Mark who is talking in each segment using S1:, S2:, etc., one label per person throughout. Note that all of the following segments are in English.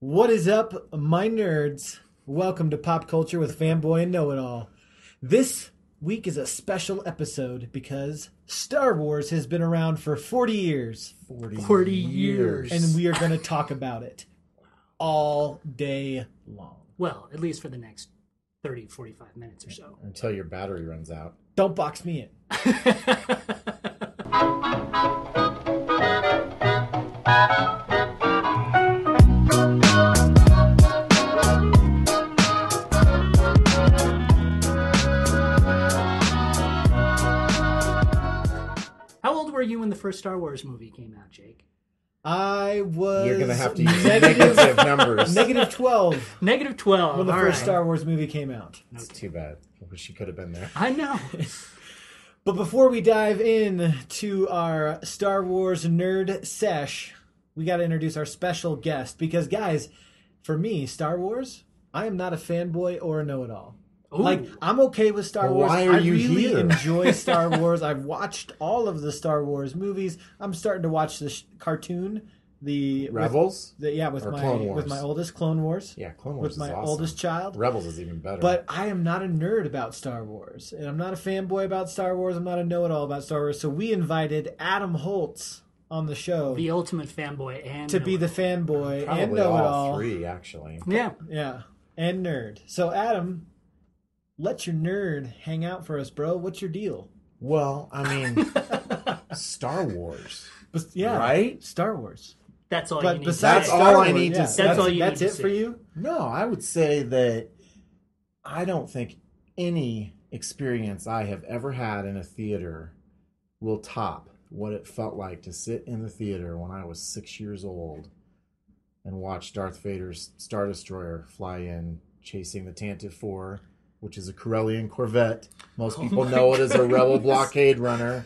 S1: What is up, my nerds? Welcome to Pop Culture with Fanboy and Know It All. This week is a special episode because Star Wars has been around for 40 years,
S2: 40,
S3: 40 years.
S1: and we are going to talk about it all day long.
S3: Well, at least for the next 30, 45 minutes or so.
S2: Until your battery runs out.
S1: Don't box me in.
S3: How old were you when the first Star Wars movie came out, Jake?
S1: I was
S2: You're going to have to use
S1: negative,
S2: negative numbers.
S1: negative 12
S3: Negative 12.
S1: when the
S3: all
S1: first
S3: right.
S1: Star Wars movie came out.
S2: It's too bad. I wish you could have been there.
S3: I know.
S1: But before we dive in to our Star Wars nerd sesh, we got to introduce our special guest because, guys, for me, Star Wars, I am not a fanboy or a know-it-all.
S3: Ooh.
S1: Like I'm okay with Star
S2: Well,
S1: Wars.
S2: why are
S1: I
S2: you
S1: really
S2: here?
S1: enjoy Star Wars. I've watched all of the Star Wars movies. I'm starting to watch the sh- cartoon, the with-
S2: Rebels?
S1: the, yeah, with
S2: Or
S1: my
S2: Clone
S1: with
S2: Wars.
S1: my oldest Clone Wars.
S2: Yeah, Clone Wars
S1: with
S2: is
S1: my
S2: awesome.
S1: oldest child.
S2: Rebels is even better.
S1: But I am not a nerd about Star Wars, and I'm not a fanboy about Star Wars. I'm not a know-it-all about Star Wars. So we invited Adam Holtz on the show
S3: the ultimate fanboy and
S1: to be the
S3: Noah.
S1: fanboy
S2: probably
S1: and
S2: all,
S1: know-it-all,
S2: three, actually.
S3: Yeah.
S1: yeah, and nerd. So Adam, let your nerd hang out for us, bro. What's your deal?
S2: Well, I mean, Star Wars.
S1: But, yeah,
S2: Right?
S1: Star Wars.
S3: That's all you
S1: But
S3: need
S1: besides,
S2: That's
S3: to say.
S2: all
S1: Star
S2: I
S1: Wars,
S2: need
S1: yeah,
S2: to say.
S1: That's,
S3: That's all you
S1: that's
S3: need
S1: it
S3: to
S1: for
S3: say.
S1: you.
S2: No, I would say that I don't think any experience I have ever had in a theater will top what it felt like to sit in the theater when I was six years old and watch Darth Vader's Star Destroyer fly in, chasing the Tantive Four, which is a Corellian Corvette. Most people know it as a Rebel blockade runner.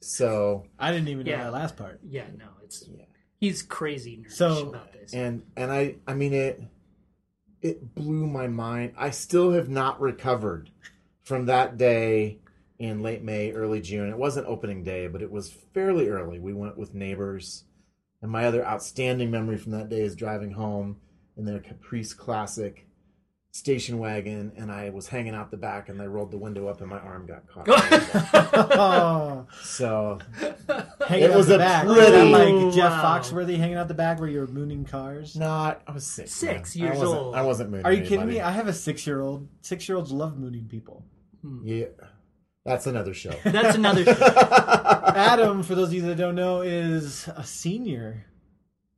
S2: So
S1: I didn't even know
S3: Yeah.
S1: that last part.
S3: Yeah, no, it's
S2: Yeah.
S3: he's crazy nerdish
S1: So-
S3: about this.
S2: and and I I mean it it blew my mind. I still have not recovered from that day in late May, early June. It wasn't opening day, but it was fairly early. We went with neighbors. And my other outstanding memory from that day is driving home in their Caprice Classic station wagon and I was hanging out the back and they rolled the window up and my arm got caught.
S1: Oh,
S2: so
S1: hanging
S2: It
S1: out
S2: was
S1: the
S2: a
S1: back,
S2: pretty-
S1: Not like
S3: Wow.
S1: Jeff Foxworthy hanging out the back where you're mooning cars.
S2: not I was six.
S3: Six
S2: man. I
S3: years
S2: wasn't-
S3: old.
S2: I wasn't moving.
S1: Are you kidding me? I have a six year old. Six year olds love mooning people.
S2: Yeah. That's another show.
S3: That's another show.
S1: Adam, for those of you that don't know, is a senior.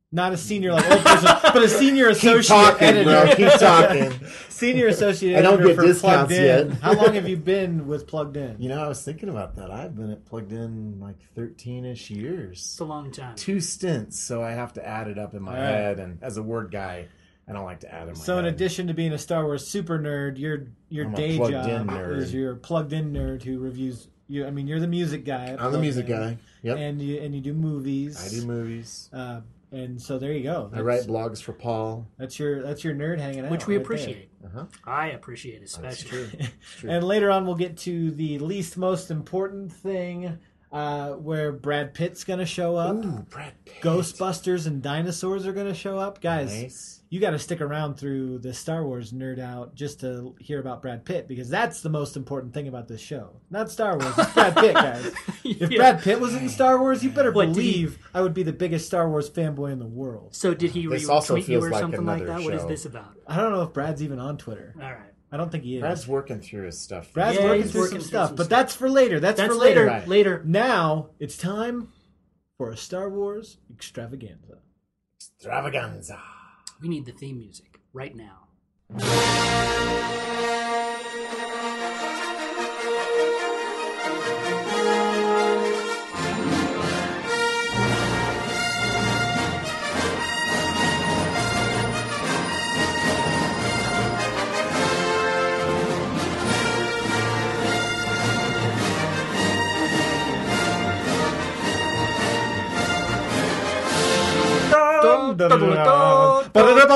S1: Not a senior like old person, but a senior
S2: Keep
S1: associate
S2: talking,
S1: editor.
S2: bro. Keep talking.
S1: Senior associate
S2: I
S1: editor
S2: don't get
S1: for Plugged
S2: discounts
S1: In.
S2: yet.
S1: How long have you been with Plugged In?
S2: You know, I was thinking about that. I've been at plugged in like 13 ish years.
S3: It's a long time.
S2: Two stints, so I have to add it up in my
S1: All right.
S2: head. And as a word guy, I don't like to add in Oh my
S1: So in
S2: head.
S1: addition to being a Star Wars super nerd, your your
S2: I'm a
S1: day
S2: plugged
S1: job
S2: in nerd.
S1: is you're a plugged in nerd who reviews you I mean you're the music guy. at
S2: I'm the
S1: Plugged
S2: music
S1: In.
S2: guy. Yep.
S1: And you and you do movies.
S2: I do movies.
S1: uh, and so there you go.
S2: I write blogs for Paul.
S1: That's your that's your nerd hanging out,
S3: which we
S1: right
S3: appreciate.
S2: Uh-huh.
S3: I appreciate especially.
S1: there. And later on, we'll get to the least most important thing, uh, where Brad Pitt's gonna show up.
S2: Ooh, Brad Pitt.
S1: Ghostbusters and dinosaurs are gonna show up, guys.
S2: Nice.
S1: You got to stick around through the Star Wars nerd out just to hear about Brad Pitt because that's the most important thing about this show. Not Star Wars, it's Brad Pitt, guys. If
S3: Yeah.
S1: Brad Pitt was in Star Wars, you better
S3: What, did he-
S1: believe I would be the biggest Star Wars fanboy in the world.
S3: So did he
S2: This
S3: re-
S2: also
S3: tweet you
S2: feels
S3: or
S2: like
S3: something like that?
S2: another
S3: What is
S2: show.
S3: this about?
S1: I don't know if Brad's even on Twitter.
S3: All right.
S1: I don't think he is.
S2: Brad's working through his stuff.
S1: Brad's
S3: Yeah,
S1: working
S3: he's
S1: through
S3: working
S1: some
S3: through
S1: stuff,
S3: some
S1: but
S3: stuff.
S1: that's for later. That's,
S3: That's
S1: for later.
S3: later.
S2: Right.
S3: Later.
S1: Now it's time for a Star Wars extravaganza.
S2: Extravaganza.
S3: We need the theme music right now.
S1: Dun, dun, dun, dun.
S3: Dun, dun, dun, dun.
S1: Ba-da-da,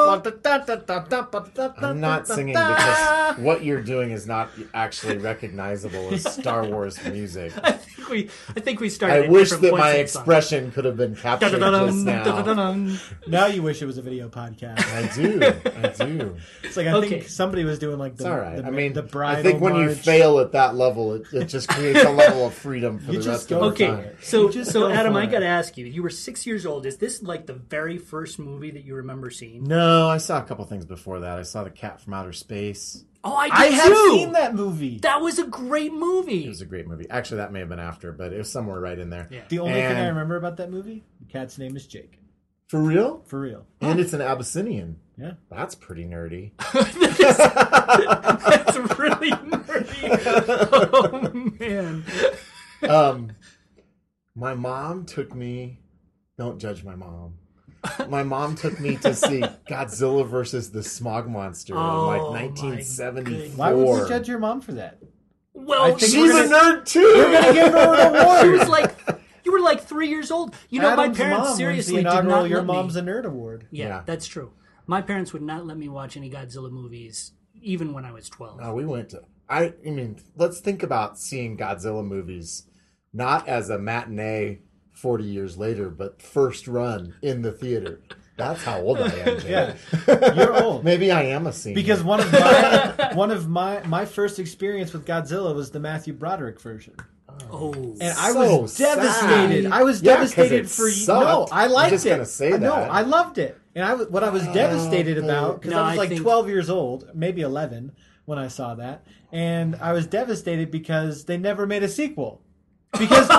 S2: I'm not singing because what you're doing is not actually recognizable as Star Wars music.
S3: I think we, I think we started.
S2: I
S3: at
S2: wish
S3: different
S2: that
S3: points
S2: my
S3: in the song.
S2: expression could have been captured just
S3: Da-da-da-dum,
S2: now.
S3: da-da-da-dum.
S1: Now you wish it was a video podcast.
S2: I do. I do.
S1: It's like I
S3: Okay.
S1: think somebody was doing like the,
S2: It's all right.
S1: the,
S2: I mean,
S1: the bridal
S2: I think when you
S1: march.
S2: fail at that level, it, it just creates a level of freedom for
S1: You
S2: the
S1: just
S2: rest
S1: go
S2: of the
S1: for
S2: time.
S3: Okay,
S1: it.
S3: so
S1: You just
S3: so
S1: go
S3: Adam,
S1: for
S3: I
S1: it.
S3: gotta ask you. You were six years old. Is this like the very first movie that you remember seeing?
S2: No, I saw a couple things before that. I saw The Cat from Outer Space.
S3: Oh, I did
S1: I have
S3: too.
S1: seen that movie.
S3: That was a great movie.
S2: It was a great movie. Actually, that may have been after, but it was somewhere right in there.
S3: Yeah.
S1: the only thing I
S2: And-
S1: remember about that movie, the cat's name is Jake.
S2: For real?
S1: For real.
S2: And it's an Abyssinian.
S1: Yeah.
S2: That's pretty nerdy.
S3: That's really nerdy. Oh man.
S2: um, my mom took me. Don't judge my mom. My mom took me to see Godzilla versus the Smog Monster
S3: Oh,
S2: in
S3: my
S2: like 1974.
S1: Why would we judge your mom for that? I
S3: Well,
S1: think
S3: she
S1: we're
S3: was,
S2: She's a
S1: gonna-
S2: nerd too. You're
S1: gonna give her an
S3: she
S1: award.
S3: was like, you were like three years old. You know,
S1: Adam's
S3: my
S1: mom
S3: parents
S1: wins
S3: seriously
S1: the
S3: did not
S1: inaugural
S3: let
S1: Your
S3: me.
S1: Mom's a Nerd Award.
S3: yeah,
S2: Yeah.
S3: that's true. My parents would not let me watch any Godzilla movies, even when I was twelve.
S1: Oh.
S2: No, Uh, we went to. I, I mean, let's think about seeing Godzilla movies, not as a matinee forty years later, but first run in the theater. That's how old I am.
S1: Yeah.
S2: Jay.
S1: You're old.
S2: Maybe I am a senior
S1: Because one of my one of my my first experience with Godzilla was the Matthew Broderick version,
S3: Oh,
S1: and I
S2: So
S1: was
S2: sad.
S1: devastated. I was
S2: Yeah, 'cause
S1: devastated
S2: it
S1: for you.
S2: sucked.
S1: No, I
S2: I'm
S1: liked
S2: just
S1: it.
S2: gonna say
S1: No,
S2: that.
S1: I loved it, and I was- what I was devastated
S2: Oh,
S1: about because
S3: no,
S1: I was
S3: I
S1: like
S3: think-
S1: 12 years old, maybe 11 when I saw that, and I was devastated because they never made a sequel. Because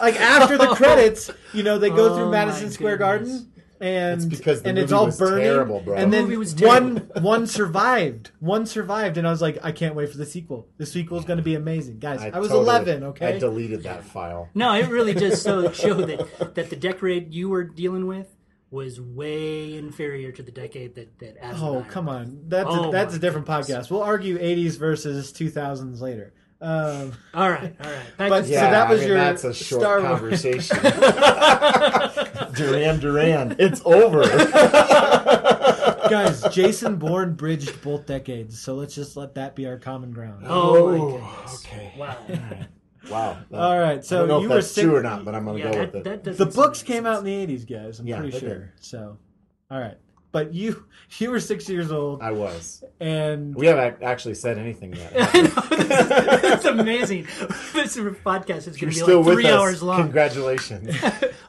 S1: like after the credits, you know, they go
S3: Oh,
S1: through
S3: my
S1: Madison Square
S3: goodness.
S1: Garden. And
S2: It's because the
S1: and it's
S2: movie
S1: all
S2: was
S1: burning,
S2: terrible, bro.
S1: and
S3: The
S1: then
S3: movie was
S1: one one survived. One survived, and I was like, I can't wait for the sequel. The sequel is going to be amazing, guys. I, was
S2: totally-
S1: eleven.
S2: I
S1: Okay,
S2: deleted that file.
S3: No, it really just so showed that that the decade you were dealing with was way inferior to the decade that that. Adam and I
S1: oh
S3: were
S1: come on, that's
S3: Oh,
S1: a, that's
S3: my
S1: a different podcast. We'll argue '80s versus 2000s later. Um,
S3: All right, all right. Back
S1: But-
S3: to
S1: So
S2: Yeah,
S1: that was
S2: I mean,
S1: your
S2: that's a short
S1: Star Wars.
S2: conversation. Duran Duran, it's over.
S1: guys, Jason Bourne bridged both decades, so let's just let that be our common ground.
S3: oh my goodness.
S2: okay.
S3: Wow.
S2: Wow.
S1: All right,
S2: I
S1: so
S2: don't know
S1: you
S2: if
S1: were
S2: that's
S1: six,
S2: true or not, but I'm gonna
S3: Yeah,
S2: go
S3: that,
S2: with it.
S3: that doesn't
S1: The
S3: make
S1: books
S3: sense.
S1: came out in the '80s, guys. I'm
S2: Yeah,
S1: pretty
S2: they
S1: sure. So, all right, but you you were six years old,
S2: I was.
S1: and
S2: We haven't ac- actually said anything yet.
S3: That's amazing. This podcast is going
S2: You're
S3: to be
S2: still
S3: like
S2: with
S3: three
S2: us.
S3: hours long.
S2: Congratulations.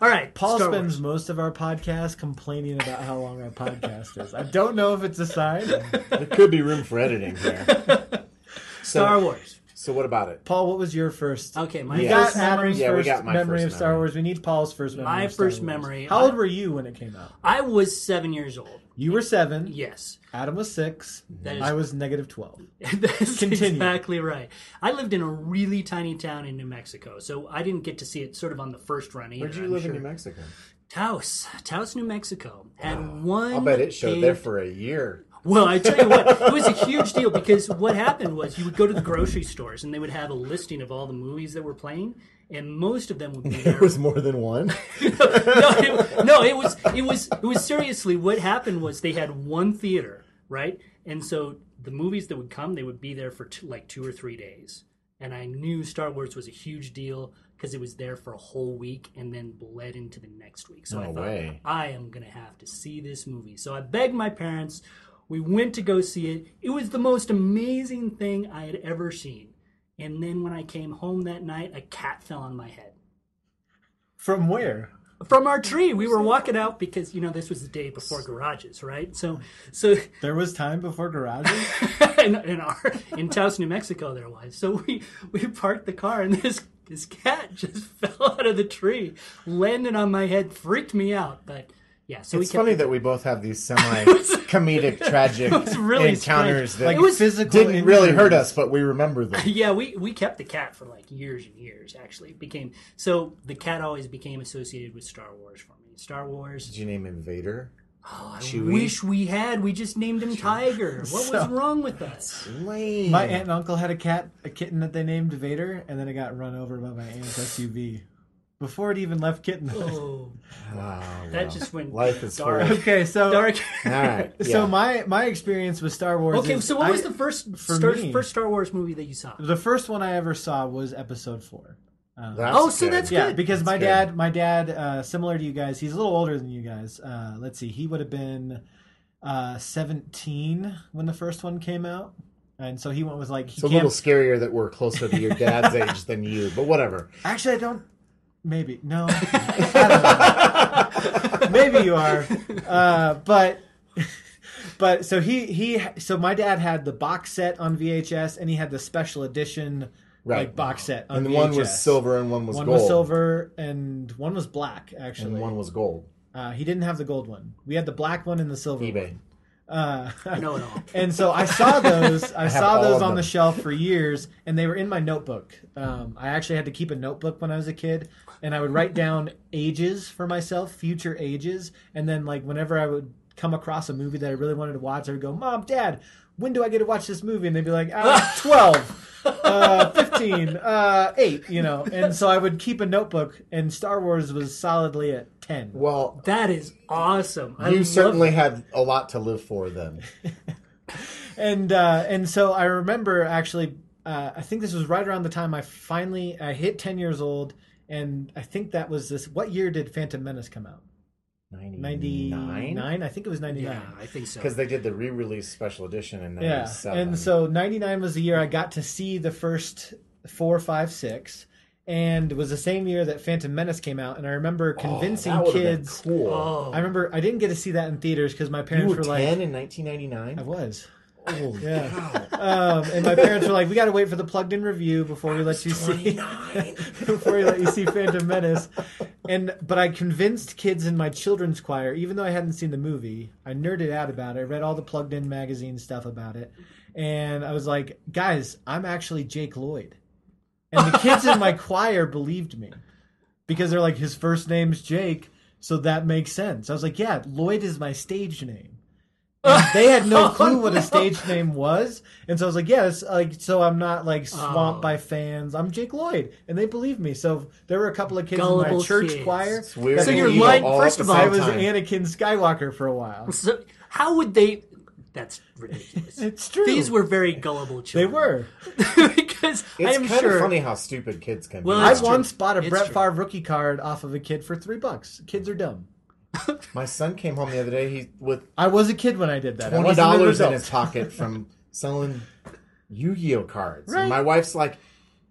S3: All right,
S1: Paul
S3: Star
S1: spends
S3: Wars.
S1: most of our podcast complaining about how long our podcast is. I don't know if it's a sign.
S2: there could be room for editing here. So,
S3: Star Wars.
S2: So what about it?
S1: Paul, what was your first?
S3: Okay, my
S1: We
S2: Yeah.
S1: got
S3: first
S1: Adam's
S3: memory.
S2: Yeah, we
S1: first
S2: got my
S1: memory
S2: first
S1: of Star
S2: memory.
S1: Wars. We need Paul's first memory.
S3: My
S1: of Star
S3: first
S1: Wars.
S3: memory-
S1: How old were you when it came out?
S3: I was seven years old.
S1: You were seven.
S3: Yes,
S1: Adam was six.
S3: That is-
S1: I was negative twelve.
S3: That's
S1: Continue.
S3: exactly right. I lived in a really tiny town in New Mexico, so I didn't get to see it sort of on the first run either.
S2: Where did you
S3: I'm
S2: live
S3: sure.
S2: in New Mexico?
S3: Taos, Taos, New Mexico, had one.
S2: I'll bet it showed
S3: big-
S2: there for a year.
S3: Well, I tell you what, it was a huge deal because what happened was you would go to the grocery stores and they would have a listing of all the movies that were playing, and most of them would be there.
S2: There was more than one.
S3: no, it, no, it was it was it was seriously what happened was they had one theater, right? And so the movies that would come, they would be there for two, like two or three days. And I knew Star Wars was a huge deal because it was there for a whole week and then bled into the next week. So I
S2: No
S3: thought
S2: way.
S3: I am gonna have to see this movie. So I begged my parents. We went to go see it. It was the most amazing thing I had ever seen. And then when I came home that night, a cat fell on my head
S1: From where?
S3: from our tree. We were walking out because you know this was the day before garages, right? So, so
S1: There was time before garages.
S3: in, in our in Taos, New Mexico, there was. So we we parked the car and this this cat just fell out of the tree, landed on my head, freaked me out. But yeah, so
S2: It's
S3: we kept.
S2: funny that we both have these semi comedic, tragic
S3: was really strange.
S2: encounters that
S1: Like
S3: It was-
S1: physical.
S2: didn't really
S1: injuries.
S2: hurt us, but we remember them.
S3: Yeah, we, we kept the cat for like years and years. Actually, it became so the cat always became associated with Star Wars for me. Star Wars.
S2: Did you name him Vader?
S3: Oh, I
S2: Chewie?
S3: wish we had. We just named him Tiger. What was
S1: So-
S3: wrong with us?
S2: Lame.
S1: My aunt and uncle had a cat, a kitten that they named Vader, and then it got run over by my aunt's SUV before it even left Kitten.
S3: Oh,
S2: Ah,
S3: that
S2: well.
S3: just went
S2: Life is
S3: dark.
S2: full.
S1: okay, so
S3: Dark.
S2: All right.
S1: so
S2: yeah.
S1: my my experience with Star Wars.
S3: okay,
S1: is
S3: so what was
S1: I-
S3: the first
S1: for
S3: Star,
S1: me-
S3: first Star Wars movie that you saw?
S1: the first one I ever saw was Episode Four. Um,
S2: That's
S3: Oh, so
S2: good.
S3: that's
S1: yeah,
S3: good.
S1: because my
S2: good.
S1: dad, my dad, uh, similar to you guys, he's a little older than you guys. Uh, let's see, he would have been uh, seventeen when the first one came out, and so he went with like he
S2: It's a
S1: can't-
S2: little scarier that we're closer to your dad's age than you, but whatever.
S1: Actually, I don't. Maybe no. I don't know. maybe you are, uh, but but so he he so my dad had the box set on VHS and he had the special edition
S2: Right.
S1: like box set on
S2: And
S1: VHS.
S2: one was silver and one was
S1: One
S2: gold.
S1: was silver and one was black. Actually,
S2: and one was gold.
S1: uh, he didn't have the gold one. We had the black one and the silver. One.
S2: eBay.
S1: Uh,
S3: no, no.
S1: and so I saw those. I, saw
S2: all
S1: those
S2: of
S1: on the
S2: them.
S1: shelf for years, and they were in my notebook. Um, I actually had to keep a notebook when I was a kid, and I would write down ages for myself, future ages, and then like whenever I would come across a movie that I really wanted to watch, I would go, "Mom, Dad, when do I get to watch this movie?" And they'd be like, ah, 12. Uh, 15, uh, 8, you know. And so I would keep a notebook, and Star Wars was solidly at 10.
S2: Well,
S3: That is awesome. I
S2: you
S3: love-
S2: certainly had a lot to live for then.
S1: and uh, and so I remember actually, uh, I think this was right around the time I finally I hit ten years old, and I think that was this. What year did Phantom Menace come out? Ninety
S2: 99?
S1: nine. I think it was ninety nine.
S3: Yeah, I think so.
S2: Because they did the re release special edition in
S1: Yeah,
S2: 97.
S1: and so ninety nine was the year I got to see the first four, five, six, and it was the same year that Phantom Menace came out. And I remember convincing
S2: Oh, that would've been
S1: kids.
S2: cool.
S3: Oh,
S1: I remember I didn't get to see that in theaters because my
S2: you
S1: parents
S2: were
S1: were
S2: 10
S1: like,
S2: in
S1: I
S2: 1999?
S1: was.
S2: Oh,
S1: Yeah. Um, and my parents were like, "We got to wait for the plugged-in review before we let you see
S2: 29.
S1: before we let you see Phantom Menace." And but I convinced kids in my children's choir, even though I hadn't seen the movie, I nerded out about it. I read all the plugged-in magazine stuff about it, and I was like, "Guys, I'm actually Jake Lloyd," and the kids in my choir believed me because they're like, "His first name's Jake." So that makes sense. I was like, yeah, Lloyd is my stage name. And they had
S3: Oh,
S1: no clue what a stage name was, and so I was like, "Yes, like so I'm not like swamped
S3: Oh.
S1: by fans. I'm Jake Lloyd," and they believed me. So there were a couple of kids in
S3: Gullible
S1: my church
S3: kids.
S1: choir.
S2: It's weird.
S1: that
S3: So you're
S1: believed
S3: lying-
S2: All at
S3: first
S2: the
S3: of all,
S1: I
S2: same
S1: was
S2: time.
S1: Anakin Skywalker for a while.
S3: So how would they? That's ridiculous.
S1: It's true.
S3: These were very gullible
S1: they
S3: children.
S1: were.
S3: because I
S2: It's
S3: am
S2: kind
S3: sure.
S2: of funny how stupid kids can
S3: Well,
S2: be.
S1: I
S3: It's true.
S1: once bought a
S3: It's
S1: Brett
S3: true.
S1: Favre rookie card off of a kid for three bucks. Kids are dumb.
S2: My son came home the other day he with
S1: I was a kid when I did that. I
S2: twenty
S1: wasn't an
S2: dollars in
S1: adult.
S2: his pocket from selling Yu-Gi-Oh cards.
S1: Right.
S2: And my wife's like,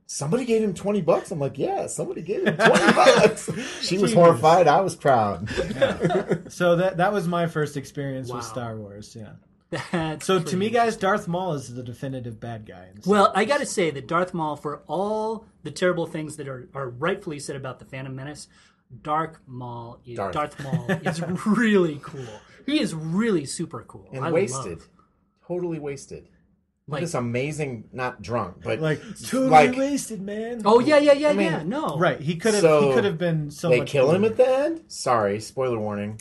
S2: "Somebody gave him twenty bucks." I'm like, "Yeah, somebody gave him twenty bucks." She was
S1: Genius.
S2: horrified. I was proud.
S1: So that that was my first experience
S3: Wow.
S1: with Star Wars. Yeah.
S3: That's
S1: So to
S3: pretty-
S1: me, guys, Darth Maul is the definitive bad guy. in Star
S3: Well, I got to say that Darth Maul, for all the terrible things that are, are rightfully said about the Phantom Menace, Dark Maul is,
S2: Darth.
S3: Darth. Maul is really cool. He is really super cool.
S2: And
S3: I
S2: wasted,
S3: Love,
S2: totally wasted.
S3: like,
S2: This amazing, not drunk, but
S1: like totally
S2: like-
S1: wasted, man.
S3: oh yeah, yeah, yeah,
S2: mean,
S3: yeah. No,
S1: right. He could have.
S2: So,
S1: he could have been so.
S2: they
S1: much
S2: kill him
S1: older.
S2: at the end. Sorry, spoiler warning.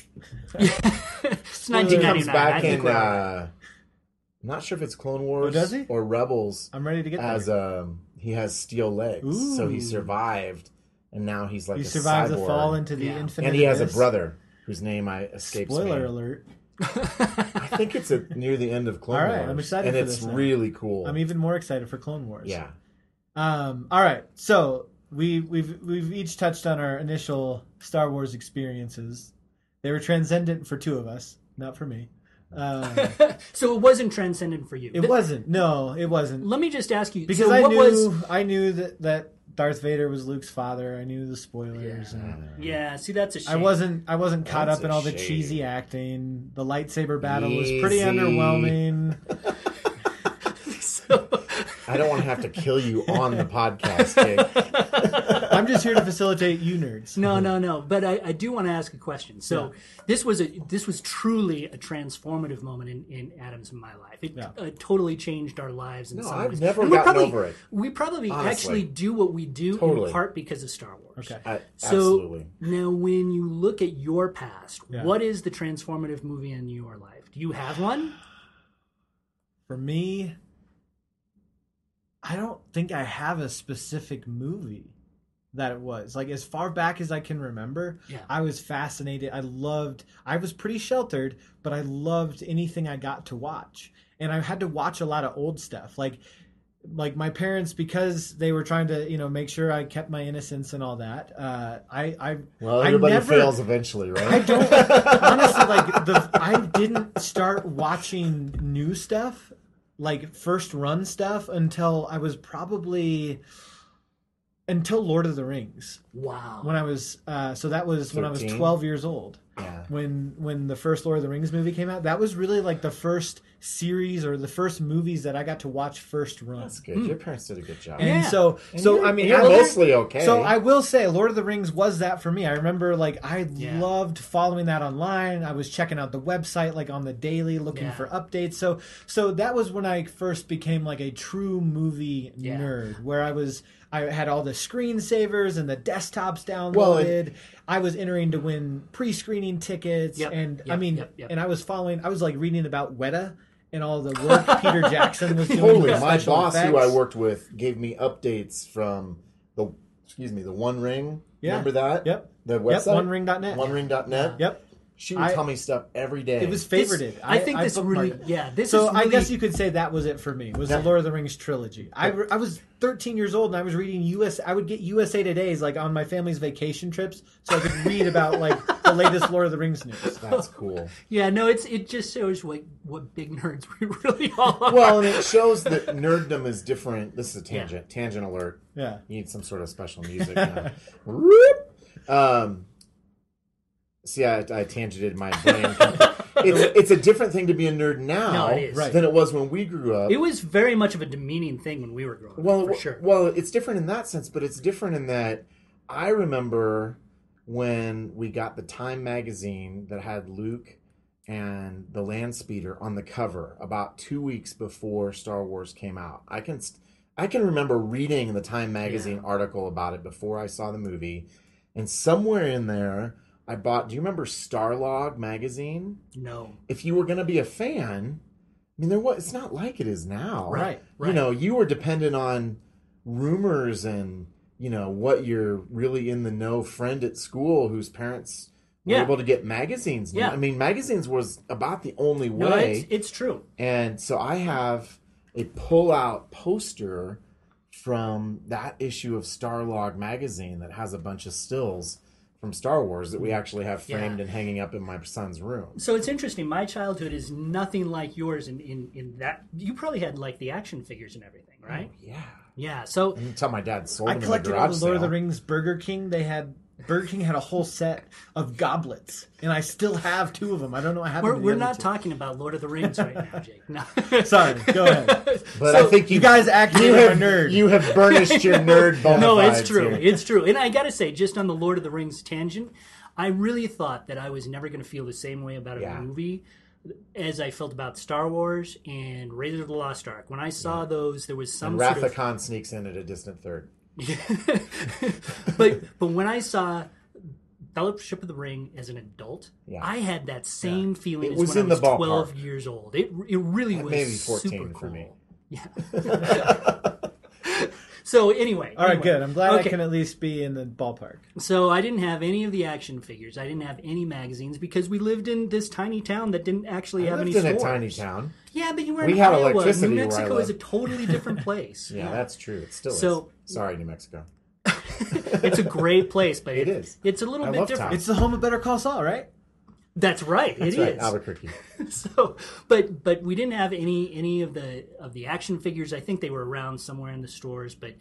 S3: It's 1999.
S2: Comes back
S3: I think
S2: in.
S3: we're all right.
S2: Uh, I'm not sure if it's Clone Wars
S1: Oh, does he?
S2: or Rebels.
S1: I'm ready to get
S2: as
S1: that.
S2: um he has steel legs, so he
S1: Ooh.
S2: survived, and now he's like
S1: He
S2: a
S1: survives
S2: cyborg.
S1: a fall into the
S3: Yeah.
S1: infinite.
S2: and he has a
S1: abyss.
S2: brother whose name I escapes
S1: Spoiler
S2: me.
S1: alert!
S2: I think it's at near the end of Clone
S1: All right,
S2: Wars.
S1: I'm excited
S2: and
S1: for
S2: it's
S1: this now.
S2: really cool.
S1: I'm even more excited for Clone Wars.
S2: yeah,
S1: Um. All right. So we we've we've each touched on our initial Star Wars experiences. They were transcendent for two of us, not for me. Um,
S3: so it wasn't transcendent for you.
S1: it
S3: Th-
S1: wasn't. No, it wasn't.
S3: Let me just ask you
S1: because
S3: so
S1: I
S3: what
S1: knew
S3: was
S1: I knew that that Darth Vader was Luke's father. I knew the spoilers. And
S3: yeah. See, that's a shame.
S1: I wasn't I wasn't caught
S2: That's
S1: up in
S2: a
S1: all the
S2: shame.
S1: cheesy acting. The lightsaber battle was pretty
S2: Easy.
S1: underwhelming.
S3: So,
S2: I don't want to have to kill you on the podcast. Jake.
S1: I'm just here to facilitate you nerds.
S3: no, no, no. But I, I do want to ask a question. So this was a this was truly a transformative moment in, in Adam's and my life. It
S1: Yeah.
S3: uh, totally changed our lives. In
S2: No,
S3: some
S2: I've
S3: ways.
S2: never
S3: And we
S2: gotten
S3: probably,
S2: over it.
S3: We probably
S2: Honestly.
S3: actually do what we do
S2: Totally.
S3: in part because of Star Wars.
S1: Okay.
S2: I-
S3: So
S2: absolutely.
S3: now, when you look at your past,
S1: Yeah.
S3: what is the transformative movie in your life? Do you have one?
S1: For me, I don't think I have a specific movie. that it was. Like as far back as I can remember,
S3: Yeah.
S1: I was fascinated. I loved. I was pretty sheltered, but I loved anything I got to watch. And I had to watch a lot of old stuff. Like like my parents because they were trying to, you know, make sure I kept my innocence and all that. Uh I I
S2: Well,
S1: I
S2: everybody
S1: never-
S2: fails eventually, right?
S1: I don't honestly like the I didn't start watching new stuff like first run stuff until I was probably until Lord of the Rings
S3: Wow.
S1: when I was uh, so that was when I was
S2: 13?
S1: 12 years old
S2: Yeah.
S1: when when the first Lord of the Rings movie came out that was really like the first series or the first movies that I got to watch first run
S2: That's good. Your parents did a good job.
S1: and
S3: Yeah.
S1: so
S2: And
S1: so
S2: you're-
S1: I mean
S2: you're
S1: I-
S2: mostly okay.
S1: so I will say, Lord of the Rings was that for me. I remember like I
S3: Yeah.
S1: loved following that online. I was checking out the website like on the daily, looking
S3: Yeah.
S1: for updates. So so that was when I first became like a true movie
S3: Yeah.
S1: nerd, where I was I had all the screensavers and the desktops downloaded.
S2: Well,
S1: I was entering to win pre-screening tickets,
S3: Yep,
S1: and I
S3: yep,
S1: mean,
S3: yep, yep.
S1: and I was following. I was like reading about Weta. And all the work Peter Jackson was doing.
S2: Holy,
S1: for
S2: my
S1: special
S2: boss who
S1: effects.
S2: I worked with gave me updates from the excuse me, the One Ring.
S1: Yeah.
S2: Remember that?
S1: Yep.
S2: The
S1: Yep,
S2: website.
S1: OneRing.net.
S2: OneRing.net.
S1: Yep.
S2: She would
S1: I-
S2: tell me stuff every day.
S1: It was
S3: This-
S1: favorited.
S3: I think this
S1: bookmarked
S3: really.
S1: it.
S3: Yeah. This
S1: so
S3: is really,
S1: I guess you could say that was it for me. Was
S2: Yeah.
S1: the Lord of the Rings trilogy? I, re- I was 13 years old and I was reading US. I would get USA Today's like on my family's vacation trips, so I could read about like the latest Lord of the Rings news.
S2: That's cool.
S3: Yeah. No. It's it just shows what what big nerds we really all are.
S2: Well, and it shows that nerddom is different. This is a tangent. Tangent alert.
S1: Yeah,
S2: You need some sort of special music. now. Whoop. um, see, I, I tangented my brain. it's, it's a different thing to be a nerd now
S3: No, it is. Right.
S2: than it was when we grew up.
S3: It was very much of a demeaning thing when we were growing up.
S2: well,
S3: for sure.
S2: well, it's different in that sense, but it's different in that I remember when we got the Time magazine that had Luke and the land speeder on the cover about two weeks before Star Wars came out. I can st- I can remember reading the Time magazine article about it before I saw the movie, and somewhere in there I bought. Do you remember Starlog magazine?
S3: no.
S2: if you were going to be a fan, I mean, there was it's not like it is now,
S1: Right,
S2: You
S3: right.
S2: know, you were dependent on rumors and you know what your really in the know friend at school whose parents were
S3: Yeah.
S2: able to get magazines.
S3: Yeah.
S2: I mean, magazines was about the only way.
S3: No, it's, it's true.
S2: And so I have a pull-out poster from that issue of Starlog magazine that has a bunch of stills from Star Wars that we actually have framed
S3: Mm. Yeah.
S2: and hanging up in my son's room.
S3: So it's interesting. My childhood is nothing like yours in, in, in that you probably had like the action figures and everything, right?
S2: Yeah.
S3: Yeah. So
S2: You can tell my dad sold
S1: I
S2: them in the
S1: collected all
S2: garage
S1: the Lord of the
S2: sale.
S1: Rings. Burger King. They had Burger King had a whole set of goblets, and I still have two of them. I don't know. I have.
S3: we're, we're not talking about Lord of the Rings right now, Jake. No.
S1: Sorry. Go ahead.
S3: So,
S2: But I think you,
S1: You guys act
S2: you
S1: like a
S2: have
S1: nerd.
S2: You have burnished your nerd. bona
S3: no, it's
S2: fides
S3: true.
S2: here.
S3: It's true. And I got to say, just on the Lord of the Rings tangent, I really thought that I was never going to feel the same way about a
S2: Yeah.
S3: movie as I felt about Star Wars and Raiders of the Lost Ark. When I saw those, there was some
S2: And
S3: sort of
S2: Wrath of Khan sneaks in at a distant third.
S3: but but when I saw Fellowship of the Ring as an adult,
S2: Yeah.
S3: I had that same feeling
S2: It
S3: as
S2: was
S3: when
S2: in
S3: I
S2: the
S3: was
S2: ballpark.
S3: twelve years old. It it really was
S2: maybe 14
S3: super
S2: for
S3: cool.
S2: me.
S3: Yeah. so anyway,
S1: All right.
S3: anyway.
S1: Good. I'm glad I
S3: Okay.
S1: can at least be in the ballpark.
S3: So I didn't have any of the action figures. I didn't have any magazines because we lived in this tiny town that didn't actually
S2: I
S3: have
S2: lived
S3: any
S2: in a
S3: stores.
S2: tiny town.
S3: Yeah, but you were
S2: We
S3: in
S2: had
S3: Iowa.
S2: electricity
S3: New
S2: where I
S3: Mexico is a
S2: lived.
S3: totally different place.
S2: Yeah, that's true. It still
S3: So-
S2: is. Sorry, New Mexico.
S3: it's a great place, but
S2: It is.
S3: It's a little
S2: I
S3: bit
S2: love
S3: different.
S2: town.
S1: It's the home of Better Call Saul, right?
S3: That's right. It is.
S2: That's right, Albuquerque.
S3: so but but we didn't have any any of the of the action figures i think they were around somewhere in the stores but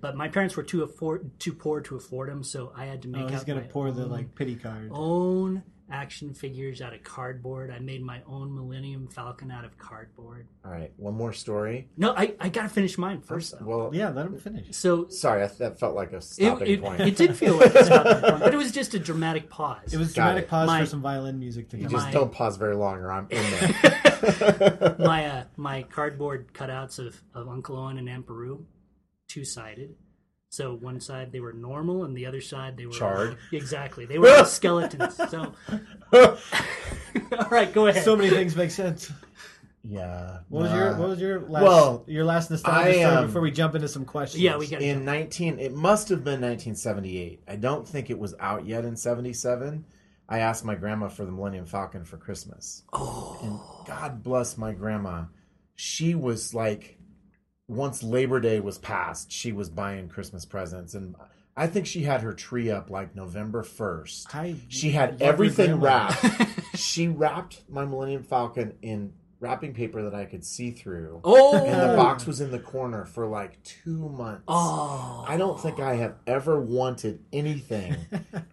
S3: but my parents were too afford too poor to afford them so i had to make
S1: Oh, he's
S3: out
S1: gonna
S3: my
S1: pour the
S3: own,
S1: like pity card.
S3: own action figures out of cardboard i made my own millennium falcon out of cardboard
S2: All right, one more story.
S3: no i i gotta finish mine first though
S2: Well,
S1: Yeah, let him finish.
S3: so
S2: sorry, I, that felt like a
S3: it,
S2: stopping
S3: it,
S2: point.
S3: it did feel like a stopping point but it was just a dramatic pause
S1: It was
S2: Got
S1: dramatic
S2: it.
S1: pause
S3: My-
S1: for some violin music to come.
S2: Just
S3: my-
S2: don't pause very long, or I'm in there.
S3: my uh, my cardboard cutouts of, of Uncle Owen and Aunt Peru, two sided. So one side they were normal, and the other side they were
S2: Charred.
S3: Exactly, they were all skeletons. So, all right, go ahead.
S1: so many things make sense.
S2: yeah.
S1: What was your
S2: nah.
S1: What was your last
S2: Well,
S1: your last nostalgia
S2: I,
S1: story
S2: um,
S1: before we jump into some questions?
S3: Yeah, we got to
S2: in 19 it must have been 1978 i don't think it was out yet in 77 i asked my grandma for the millennium falcon for christmas
S1: Oh.
S2: and god bless my grandma she was like once labor day was past she was buying christmas presents and i think she had her tree up like november 1st
S1: I
S2: she had
S1: love your
S2: everything
S1: grandma.
S2: wrapped she wrapped my millennium falcon in wrapping paper that i could see through and
S3: Oh,
S2: the box was in the corner for like two months
S3: oh,
S2: I don't think I have ever wanted anything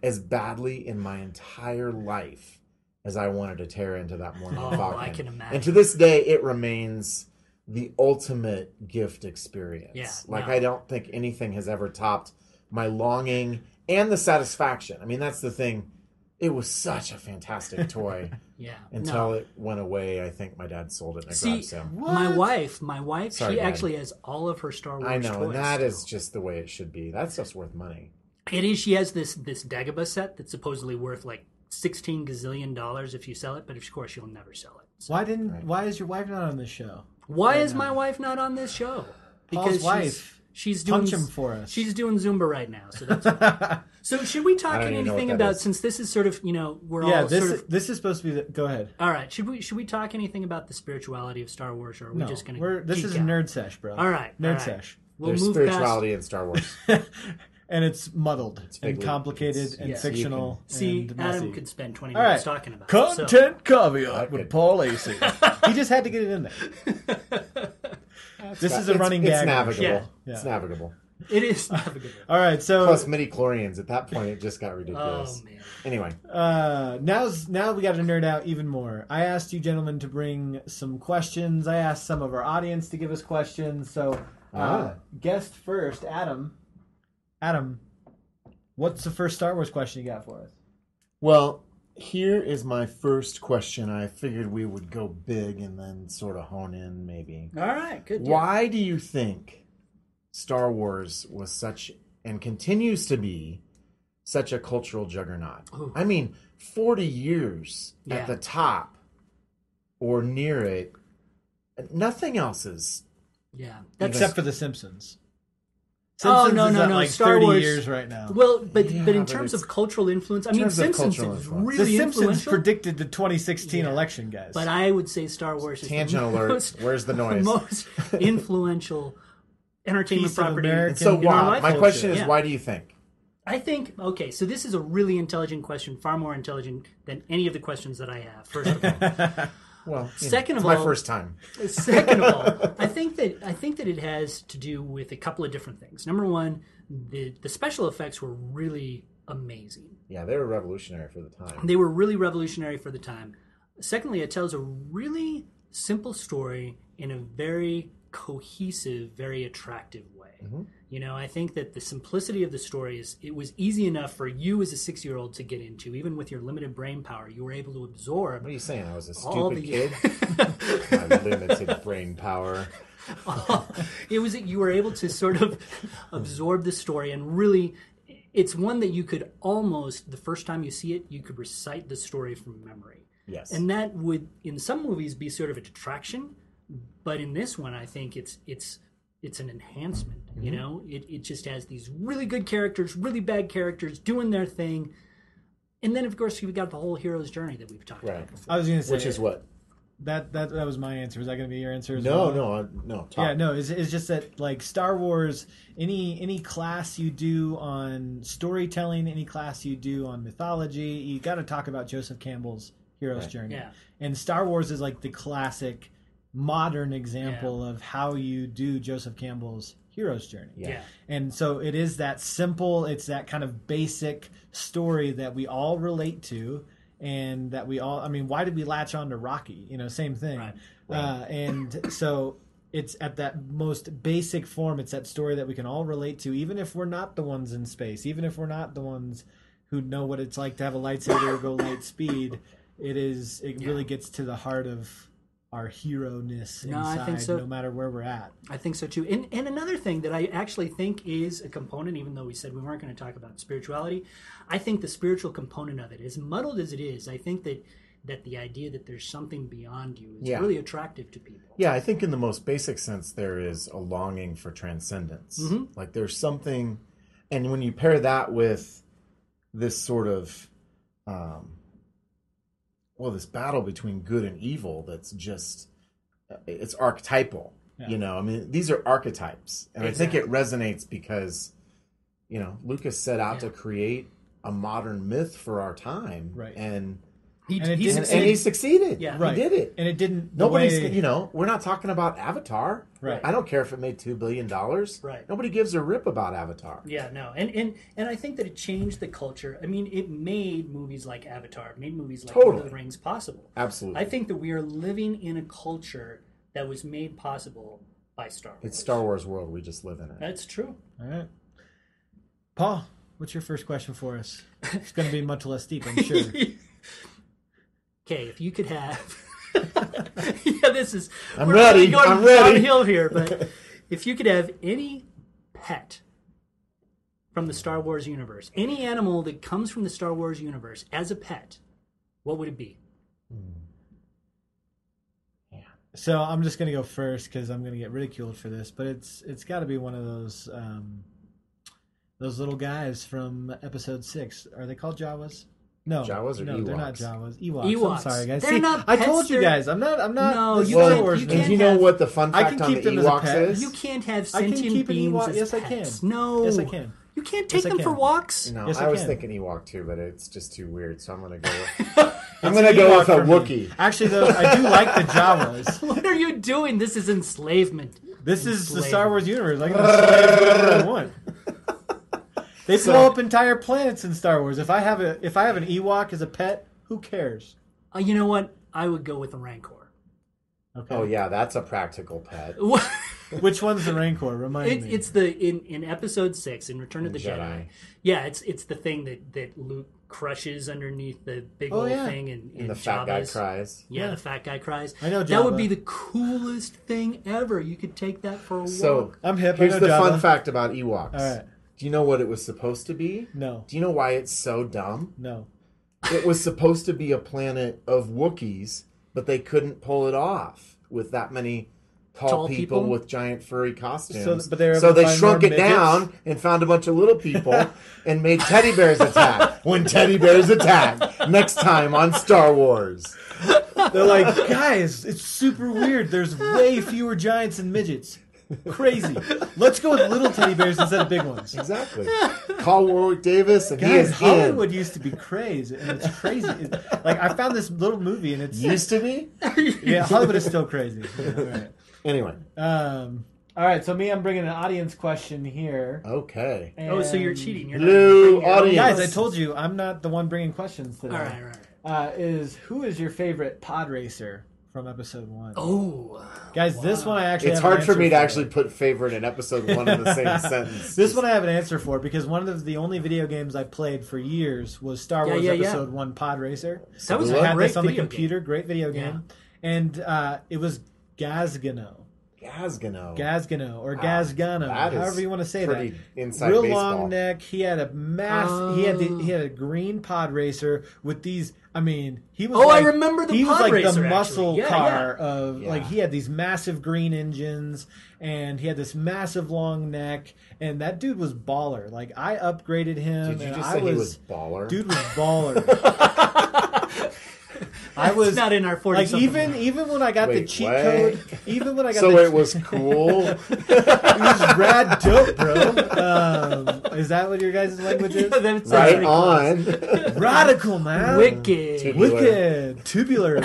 S2: as badly in my entire life as I wanted to tear into that morning
S3: Oh,
S2: Falcon.
S3: I can imagine.
S2: And to this day, it remains the ultimate gift experience.
S3: Yeah,
S2: like
S3: no.
S2: I don't think anything has ever topped my longing and the satisfaction. I mean, that's the thing. It was such a fantastic toy
S3: yeah.
S2: until
S3: no.
S2: it went away. I think my dad sold it. And I
S3: See,
S2: grabbed some.
S3: my wife, my wife,
S2: Sorry,
S3: she
S2: Dad.
S3: actually has all of her Star Wars.
S2: I know,
S3: toys
S2: and that
S3: still.
S2: is just the way it should be. That stuff's worth money.
S3: It is. She has this this Dagobah set that's supposedly worth like sixteen gazillion dollars if you sell it, but of course you'll never sell it. So
S1: Why didn't Why is your wife not on this show?
S3: why is my wife not on this show?
S1: Paul's
S3: she's-
S1: wife.
S3: She's, doing
S1: Punch him for us.
S3: She's doing Zumba right now, so that's why. so. Should we talk
S2: I don't even know
S3: anything
S2: what that
S3: about
S2: is.
S3: since this is sort of you know we're
S1: yeah,
S3: all
S1: this
S3: sort of
S1: this is supposed to be. The, go ahead.
S3: all right. Should we should we talk anything about the spirituality of Star Wars, or are we
S1: No,
S3: just going
S1: we're,
S3: to?
S1: this is
S3: out?
S1: nerd sesh, bro.
S3: All right,
S1: nerd
S3: all right.
S1: sesh,
S3: We'll
S2: There's
S3: move
S2: spirituality in Star Wars.
S1: and it's muddled and
S2: vaguely-
S1: complicated
S2: it's-
S1: and
S3: yeah.
S1: fictional.
S3: Past, see,
S1: and messy.
S3: Adam could spend twenty
S1: All right,
S3: minutes talking about It, so-
S1: content caveat
S2: could-
S1: with Paul Lacey. he just had to get it in there. this is a
S2: It's-
S1: running
S2: it's
S1: gag.
S2: Navigable.
S3: Yeah.
S2: It's
S1: Yeah.
S2: navigable.
S3: it is navigable.
S1: All right, so
S2: Plus midi chlorians. At that point, it just got
S3: Oh
S2: ridiculous.
S3: man.
S2: Anyway,
S1: Uh, now's now we got to nerd out even more. I asked you gentlemen to bring some questions. I asked some of our audience to give us questions. So, uh,
S2: Ah.
S1: guest first, Adam. Adam, what's the first Star Wars question you got for us?
S2: well, here is my first question. I figured we would go big and then sort of hone in, maybe.
S3: All right, good. deal.
S2: Why do you think Star Wars was such and continues to be such a cultural juggernaut?
S3: Ooh.
S2: I mean, 40 years
S3: Yeah.
S2: at the top or near it. Nothing else is.
S3: Yeah, that's
S1: Except for the Simpsons.
S3: Oh, no,
S1: is
S3: no,
S1: at,
S3: no,
S1: like
S3: Star
S1: thirty
S3: Wars-
S1: years right now.
S3: well, but
S2: Yeah,
S3: but in
S2: but
S3: terms
S2: it's-
S3: of cultural influence, I mean,
S2: terms of
S3: Simpsons
S2: cultural
S3: is
S2: influence.
S1: the
S3: really
S1: Simpsons
S3: influential.
S1: predicted the 2016
S3: Yeah.
S1: election, guys.
S3: but I would say Star Wars is
S2: Tangent
S3: the
S2: alert.
S3: most,
S2: Where's the
S3: the
S2: noise?
S3: most influential entertainment
S1: Piece of
S3: property.
S1: America-
S2: So
S1: in our
S2: why?
S1: life
S2: My
S1: culture.
S2: question is,
S3: Yeah.
S2: why do you think?
S3: I think okay, so this is a really intelligent question, far more intelligent than any of the questions that I have. First of all,
S2: Well, you know,
S3: Second of
S2: it's my
S3: all-
S2: first time.
S3: Second of all, I think that I think that it has to do with a couple of different things. Number one, the the special effects were really amazing.
S2: Yeah, they were revolutionary for the time.
S3: They were really revolutionary for the time. Secondly, it tells a really simple story in a very cohesive, very attractive way. You know, I think that the simplicity of the story is it was easy enough for you as a 6-year-old to get into even with your limited brain power. You were able to absorb
S2: What are you saying? I was a
S3: All
S2: stupid
S3: the-
S2: kid. My limited brain power.
S3: it was that you were able to sort of absorb the story and really it's one that you could almost the first time you see it you could recite the story from memory
S2: Yes.
S3: and that would in some movies be sort of a detraction but in this one i think it's it's it's an enhancement you
S2: Mm-hmm.
S3: know it, it just has these really good characters really bad characters doing their thing and then of course you've got the whole hero's journey that we've talked
S2: right.
S3: about
S1: I was gonna say
S2: Which is what?
S1: that that that was my answer. Is that gonna be your answer? As
S2: No,
S1: well?
S2: no, I- no. Top.
S1: Yeah, no, it's, it's just that like Star Wars, any any class you do on storytelling, any class you do on mythology, you got to talk about Joseph Campbell's hero's journey.
S3: Yeah.
S1: And Star Wars is like the classic modern example of how you do Joseph Campbell's hero's journey.
S2: Yeah.
S3: yeah
S1: And so it is that simple, it's that kind of basic story that we all relate to and that we all I mean, why did we latch on to Rocky? You know, same thing.
S3: Right.
S1: Uh, and so it's at that most basic form, it's that story that we can all relate to, even if we're not the ones in space, even if we're not the ones who know what it's like to have a lightsaber or go light speed. It is it really gets to the heart of our hero ness
S3: No, I
S1: inside,
S3: think so.
S1: no matter where we're at.
S3: I think so too. And, and another thing that I actually think is a component, even though we said we weren't going to talk about spirituality, I think the spiritual component of it, as muddled as it is, I think that that the idea that there's something beyond you is
S2: Yeah.
S3: really attractive to people.
S2: Yeah, I think in the most basic sense, there is a longing for transcendence.
S3: Mm-hmm.
S2: Like there's something, and when you pair that with this sort of, um, well, this battle between good and evil that's just, uh, it's archetypal. You know, I mean, these are archetypes. And I think it resonates because, you know, Lucas set out to create a modern myth for our time.
S1: Right.
S2: And,
S3: He,
S1: And it
S3: he
S1: didn't-
S2: and, and he
S3: succeeded.
S2: succeeded.
S3: Yeah.
S2: He did it.
S1: and it didn't. the
S2: Nobody's,
S1: way-
S2: you know, we're not talking about Avatar.
S1: Right.
S2: I don't care if it made two billion dollars.
S3: Right.
S2: Nobody gives a rip about Avatar.
S3: Yeah, no, and and and I think that it changed the culture. I mean, it made movies like Avatar, it made movies like Lord of
S2: Totally.
S3: the Rings possible.
S2: Absolutely.
S3: I think that we are living in a culture that was made possible by Star Wars.
S2: it's Star Wars world. We just live in it.
S3: That's true.
S1: All right. Paul, what's your first question for us? It's going to be much less deep, I'm sure.
S3: Okay, if you could have. yeah, this is.
S2: I'm ready,
S3: Going
S2: I'm ready.
S3: Downhill here, but if you could have any pet from the Star Wars universe, any animal that comes from the Star Wars universe as a pet, what would it be?
S1: so I'm just going to go first because I'm going to get ridiculed for this, but it's it's got to be one of those um, those little guys from episode six. Are they called Jawas? No,
S2: Jawas or
S1: no, they're not
S2: Ewoks?
S1: Jawas. Ewoks.
S3: Ewoks.
S1: I'm sorry, guys.
S3: They're
S1: See,
S3: not
S1: I
S3: pets,
S1: told you
S3: they're-
S1: guys. I'm not. I'm not.
S3: No,
S1: a
S3: you
S1: Star
S3: can't-
S1: Wars
S3: you
S1: man.
S2: and
S3: can't
S2: you know
S3: have-
S2: what the fun
S1: I
S2: fact
S1: can
S2: on the
S1: keep them as a
S2: Ewoks
S1: pet.
S2: is?
S3: You can't have
S1: I can
S3: sentient
S1: keep an
S3: beings
S1: Ewok-
S3: as
S1: yes, I can.
S3: pets. No,
S1: Yes, I can.
S3: You can't take
S1: Yes, I
S3: them for
S1: can.
S3: walks.
S2: No,
S1: Yes,
S2: I,
S1: I
S2: was
S1: can.
S2: thinking Ewok too, but it's just too weird. So I'm gonna go. With, I'm gonna go
S1: Ewok
S2: with a
S1: for me.
S2: Wookiee.
S1: Actually, though, I do like the Jawas.
S3: What are you doing? This is enslavement.
S1: This is the
S3: Slave.
S1: Star Wars universe. I can slave whatever I want. They blow up entire planets in Star Wars. If I have a if I have an Ewok as a pet, who cares?
S3: Uh, you know what? I would go with a rancor.
S1: Okay.
S2: Oh yeah, that's a practical pet.
S1: Which one's the Rancor? Remind
S3: It,
S1: me.
S3: it's the in, in episode six in Return of the Jedi.
S2: Jedi.
S3: Yeah, it's it's the thing that, that Luke crushes underneath the big
S1: Oh,
S3: old
S1: yeah.
S3: thing and,
S2: And the fat guy
S3: Jabba's-
S2: cries.
S3: Yeah,
S1: Yeah.
S3: the fat guy cries.
S1: I know
S3: that would
S1: Jabba.
S3: be the coolest thing ever. You could take that for a
S2: So
S3: walk.
S1: I'm hip. I
S2: Here's
S1: know
S2: the fun
S1: Jabba.
S2: fact about Ewoks.
S1: All right.
S2: Do you know what it was supposed to be?
S1: No,
S2: Do you know why it's so dumb?
S1: no.
S2: it was supposed to be a planet of Wookiees, but they couldn't pull it off with that many tall,
S3: Tall
S2: people,
S3: people?
S2: with giant furry costumes.
S1: So- but they were able
S2: So
S1: to
S2: they
S1: find
S2: shrunk
S1: more
S2: it down and found a bunch of little people and made teddy bears attack. when teddy bears attack, next time on Star Wars.
S1: They're like, guys, it's super weird. There's way fewer giants and midgets. Crazy. Let's go with little teddy bears instead of big ones.
S2: Exactly. Call Warwick Davis and he
S1: Guys,
S2: is
S1: Hollywood used to be crazy, and it's crazy. It's- like I found this little movie, and it's
S2: in. Used to be.
S1: yeah, Hollywood is still crazy. Yeah, all right.
S2: Anyway,
S1: Um, all right, so me, I'm bringing an audience question here.
S2: okay.
S1: And-
S3: Oh, so you're cheating. You're
S2: Hello,
S3: not you're-
S2: audience.
S1: Guys, I told you I'm not the one bringing questions today.
S3: All right, all right.
S1: Uh, is who is your favorite pod racer from episode one?
S3: Oh,
S1: Guys, this one I actually
S2: It's
S1: have an
S2: hard for
S1: answer
S2: me to actually put favorite and episode one in the same sentence.
S1: This one I have an answer for because one of the only video games I played for years was Star
S3: Yeah,
S1: Wars
S3: yeah, yeah.
S1: Episode One Pod Racer.
S3: that was
S1: I
S3: a
S1: had
S3: great
S1: this on the
S3: video game.
S1: computer, great video game, and uh, it was Gazgano,
S2: Gasgano.
S1: Gazgano, or Gazgano,
S2: Ah, that is
S1: however you want to say
S2: pretty
S1: that.
S2: inside
S1: Real
S2: baseball. Oh.
S1: long neck. He had a mass. He had the, he had a green pod racer with these. I mean, he was.
S3: Oh, I
S1: like-
S3: remember the
S1: He was
S3: pod
S1: like
S3: racer,
S1: the muscle
S3: actually. Yeah,
S1: car of like
S2: Yeah.
S1: he had these massive green engines and he had this massive long neck and that dude was baller. Like I upgraded him.
S2: Did you
S1: and
S2: just
S1: Oh, I
S2: say
S1: was,
S2: he was baller?
S1: Dude was baller. I was
S3: it's not in our forty.
S1: like even even when I got the
S2: Wait,
S1: cheat
S2: what?
S1: code, even when I got
S2: so
S1: the
S2: it was cool.
S1: it was rad dope, bro. Um, is that what your guys' language is?
S3: that's
S2: right on.
S1: Radical man,
S3: Wicked.
S2: Tubular.
S1: wicked, tubular.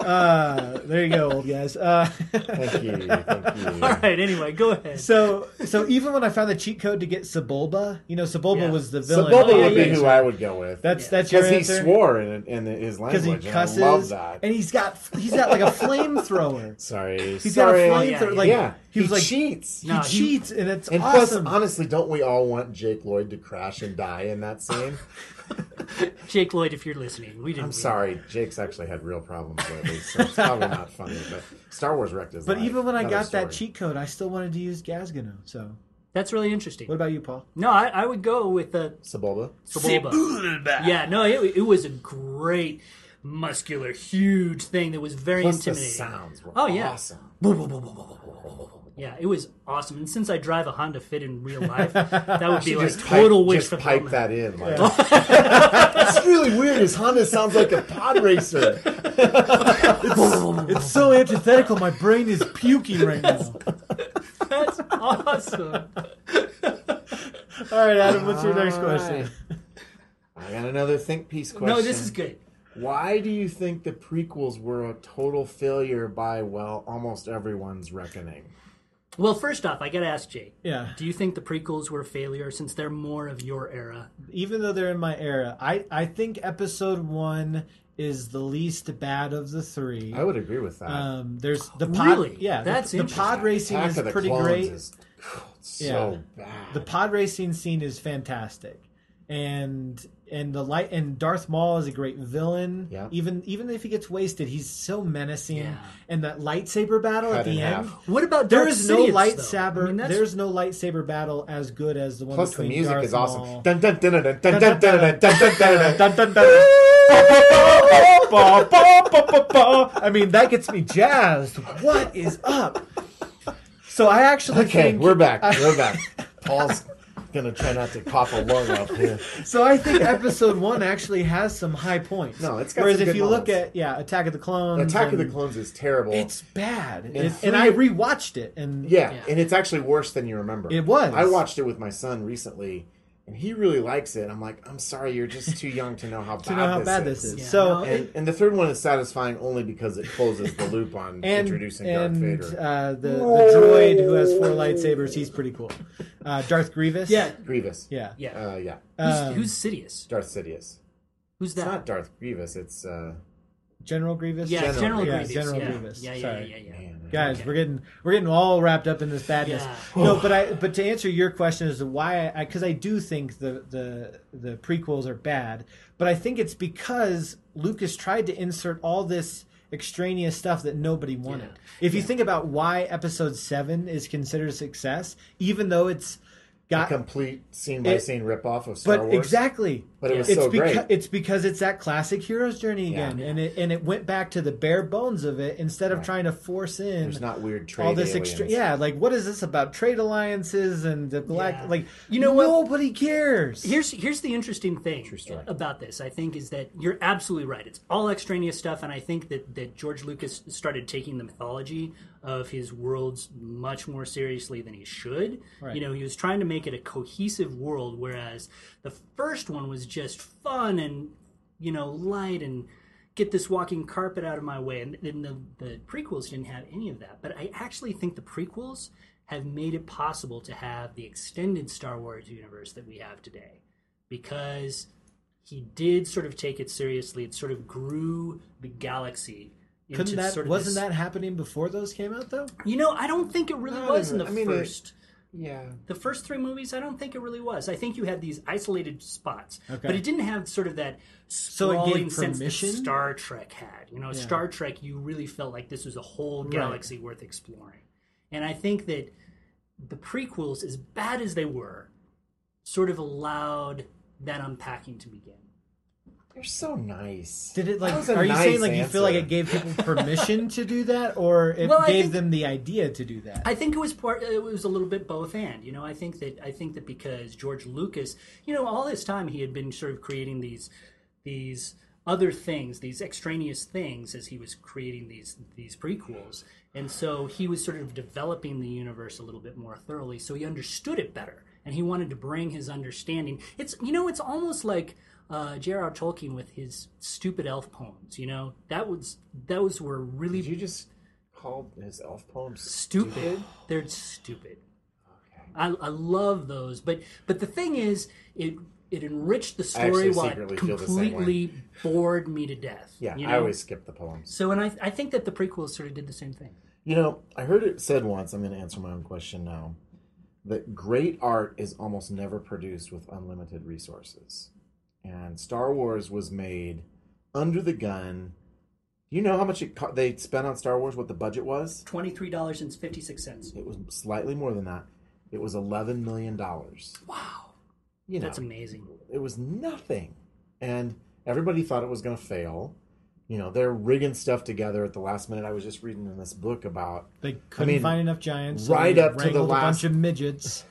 S1: uh, there you go, old guys. Uh,
S2: Thank you. Thank you.
S3: All right. Anyway, go ahead.
S1: so so even when I found the cheat code to get Sebulba, you know Sebulba
S3: Yeah.
S1: was the
S2: So
S1: villain.
S2: Boba
S3: Yeah,
S2: would
S3: yeah,
S2: be who I would go with.
S1: That's
S3: Yeah.
S1: that's your
S2: because he
S1: answer.
S2: swore in, in his
S1: because
S2: language.
S1: he
S2: and I love
S1: cusses,
S2: that.
S1: and he's got he's got like a flamethrower.
S2: Sorry.
S1: He's got a
S2: sorry.
S1: flamethrower.
S3: yeah,
S1: like
S2: yeah.
S1: he was like
S2: cheats.
S1: he
S3: No, he-
S1: cheats, and it's
S2: And
S1: awesome.
S2: plus, honestly, don't we all want Jake Lloyd to crash and die in that scene?
S3: Jake Lloyd, if you're listening, we didn't.
S2: I'm sorry, Jake's actually had real problems lately, so it's probably not funny. But Star Wars wrecked his
S1: but
S2: life.
S1: even when I
S2: Another
S1: got that
S2: story.
S1: cheat code, I still wanted to use Gazgano. So
S3: That's really interesting.
S1: what about you, Paul?
S3: No, I, I would go with the
S2: Sebulba.
S3: Sebulba. Yeah, no, it, it was a great. muscular, huge thing that was very
S2: Plus the
S3: intimidating.
S2: sounds were
S3: Oh, yeah.
S2: awesome.
S3: Yeah, it was awesome. And since I drive a Honda Fit in real life, that would be like
S2: Just pipe-
S3: total wish
S2: just pipe
S3: fulfillment.
S2: that in. Like, it's really weird. His Honda sounds like a pod racer.
S1: It's so antithetical. My brain is puking right now.
S3: That's awesome.
S1: All right, Adam, what's your next question?
S2: I got another think piece question.
S3: No, this is good.
S2: Why do you think the prequels were a total failure by well almost everyone's reckoning?
S3: Well, first off, I gotta ask Jake.
S1: Yeah.
S3: Do you think the prequels were a failure since they're more of your era?
S1: Even though they're in my era, I, I think episode one is the least bad of the three.
S2: I would agree with that.
S1: Um, there's the pod,
S3: Really?
S1: yeah, the-
S3: That's
S1: the, pod
S3: interesting.
S1: racing
S2: Attack
S1: is
S2: of the
S1: pretty
S2: Clones
S1: great.
S2: is so bad.
S1: the pod racing scene is fantastic, and and the light and Darth Maul is a great villain.
S2: Yeah.
S1: Even even if he gets wasted, he's so menacing.
S3: Yeah.
S1: And that lightsaber battle
S2: Cut
S1: at
S2: in
S1: the end.
S2: half.
S3: What about
S1: There
S3: Darth
S1: is no
S3: Sidious, though?
S1: lightsaber.
S3: I mean, that's-
S1: there's no lightsaber battle as good as the one.
S2: Plus, the
S1: between
S2: music
S1: Darth
S2: is awesome.
S1: Maul-
S2: Dun dun dun dun dun dun dun dun dun dun dun dun.
S1: Dun, dun, dun. Ba, ba, ba, ba, ba. I mean, that gets me jazzed. What is up? So I actually
S2: Okay,
S1: think
S2: we're back. We're back. Paul's gonna try not to cough a lung up here.
S1: So I think episode one actually has some high points.
S2: No, it's got
S1: Whereas
S2: some
S1: if
S2: good
S1: you look
S2: moments.
S1: at yeah, Attack of the Clones,
S2: Attack of the
S1: and-
S2: Clones is terrible.
S1: it's bad. And,
S2: And
S1: and I rewatched it, and
S2: yeah,
S3: Yeah.
S2: and it's actually worse than you remember.
S1: It was.
S2: I watched it with my son recently, and he really likes it. I'm like, I'm sorry, you're just too young to know how bad,
S1: to know how
S2: this,
S1: bad
S2: is.
S1: this is.
S3: Yeah.
S1: So
S3: No,
S2: And, and the third one is satisfying only because it closes the loop on
S1: and
S2: introducing
S1: and
S2: Darth Vader.
S1: uh, the, the droid who has four lightsabers, he's pretty cool. Uh, Darth Grievous.
S3: yeah,
S2: Grievous.
S1: yeah.
S3: yeah.
S2: Uh, yeah.
S1: Um,
S3: who's, who's Sidious?
S2: Darth Sidious.
S3: Who's
S2: It's
S3: that?
S2: not Darth Grievous. It's uh,
S1: General Grievous.
S3: yeah, General,
S2: General
S3: Grievous.
S1: Grievous. Yeah, General
S3: yeah.
S1: Grievous.
S3: Yeah, yeah,
S1: Sorry.
S3: yeah, yeah, yeah.
S2: man,
S1: guys
S3: Okay.
S1: we're getting we're getting all wrapped up in this badness
S3: Yeah.
S1: no but i but to answer your question as to why i because I, do think the the the prequels are bad but i think it's because lucas tried to insert all this extraneous stuff that nobody wanted if you think about why episode 7 is considered a success even though it's
S2: a
S1: got
S2: complete scene by
S1: It-
S2: scene ripoff of Star
S1: but
S2: Wars.
S1: exactly
S2: But it was
S1: it's
S2: so
S1: because
S2: great.
S1: it's because it's that classic hero's journey
S2: Yeah.
S1: again and it and it went back to the bare bones of it instead of trying to force in
S2: There's not weird trade
S1: all this
S2: aliens.
S1: extra yeah like what is this about trade alliances and the black
S3: Yeah.
S1: like
S3: You know what?
S1: nobody cares
S3: Here's here's the interesting thing
S2: story.
S3: about this. I think is that you're absolutely right. It's all extraneous stuff, and I think that that George Lucas started taking the mythology of his worlds much more seriously than he should. You know, he was trying to make it a cohesive world, whereas the first one was just fun and you know light and get this walking carpet out of my way. And, and the, the prequels didn't have any of that. But I actually think the prequels have made it possible to have the extended Star Wars universe that we have today because he did sort of take it seriously. It sort of grew the galaxy. Into
S1: couldn't that
S3: sort of
S1: wasn't
S3: this-
S1: that happening before those came out though
S3: You know, I don't think it really
S2: No, it
S3: was in the
S2: didn't. I mean, it-
S3: first
S2: Yeah.
S3: the first three movies, I don't think it really was. I think you had these isolated spots,
S1: Okay.
S3: but it didn't have sort of that
S1: it gave
S3: sprawling sense that
S1: permission?
S3: Star Trek had. You know, Star Trek, you really felt like this was a whole galaxy worth exploring. And I think that the prequels, as bad as they were, sort of allowed that unpacking to begin.
S2: You're so nice.
S1: did it
S2: That
S1: like
S2: was a
S1: are you
S2: nice
S1: saying like you feel like
S2: answer.
S1: it gave people permission to do that or it
S3: Well, I
S1: gave
S3: think-
S1: them the idea to do that
S3: I think it was part. It was a little bit both and. You know, I think that I think that because George Lucas, you know, all this time he had been sort of creating these these other things, these extraneous things, as he was creating these these prequels, and so he was sort of developing the universe a little bit more thoroughly. So he understood it better, and he wanted to bring his understanding. It's you know, it's almost like. Uh, J.R.R. Tolkien with his stupid elf poems, you know that was those were really
S2: Did you just call his elf poems
S3: stupid. They're stupid. I, I love those, but but the thing is, it it enriched the
S2: I
S3: story
S2: actually
S3: while
S2: secretly
S3: it
S2: feel the same way.
S3: completely bored me to death.
S2: Yeah,
S3: you
S2: I
S3: know?
S2: always skip the poems.
S3: So, and I I think that the prequels sort of did the same thing.
S2: You know, I heard it said once, I'm going to answer my own question now, that great art is almost never produced with unlimited resources. And Star Wars was made under the gun. You know how much it co- they spent on Star Wars, what the budget was?
S3: Twenty three dollars and fifty six cents.
S2: It was slightly more than that. It was $11 million.
S3: Wow,
S2: You know,
S3: that's amazing.
S2: it was nothing. And everybody thought it was going to fail. you know they're rigging stuff together at the last minute. I was just reading in this book about
S1: They couldn't
S2: mean,
S1: find enough giants.
S2: right
S1: they
S2: up to the
S1: wrangled
S2: last-
S1: a bunch of midgets,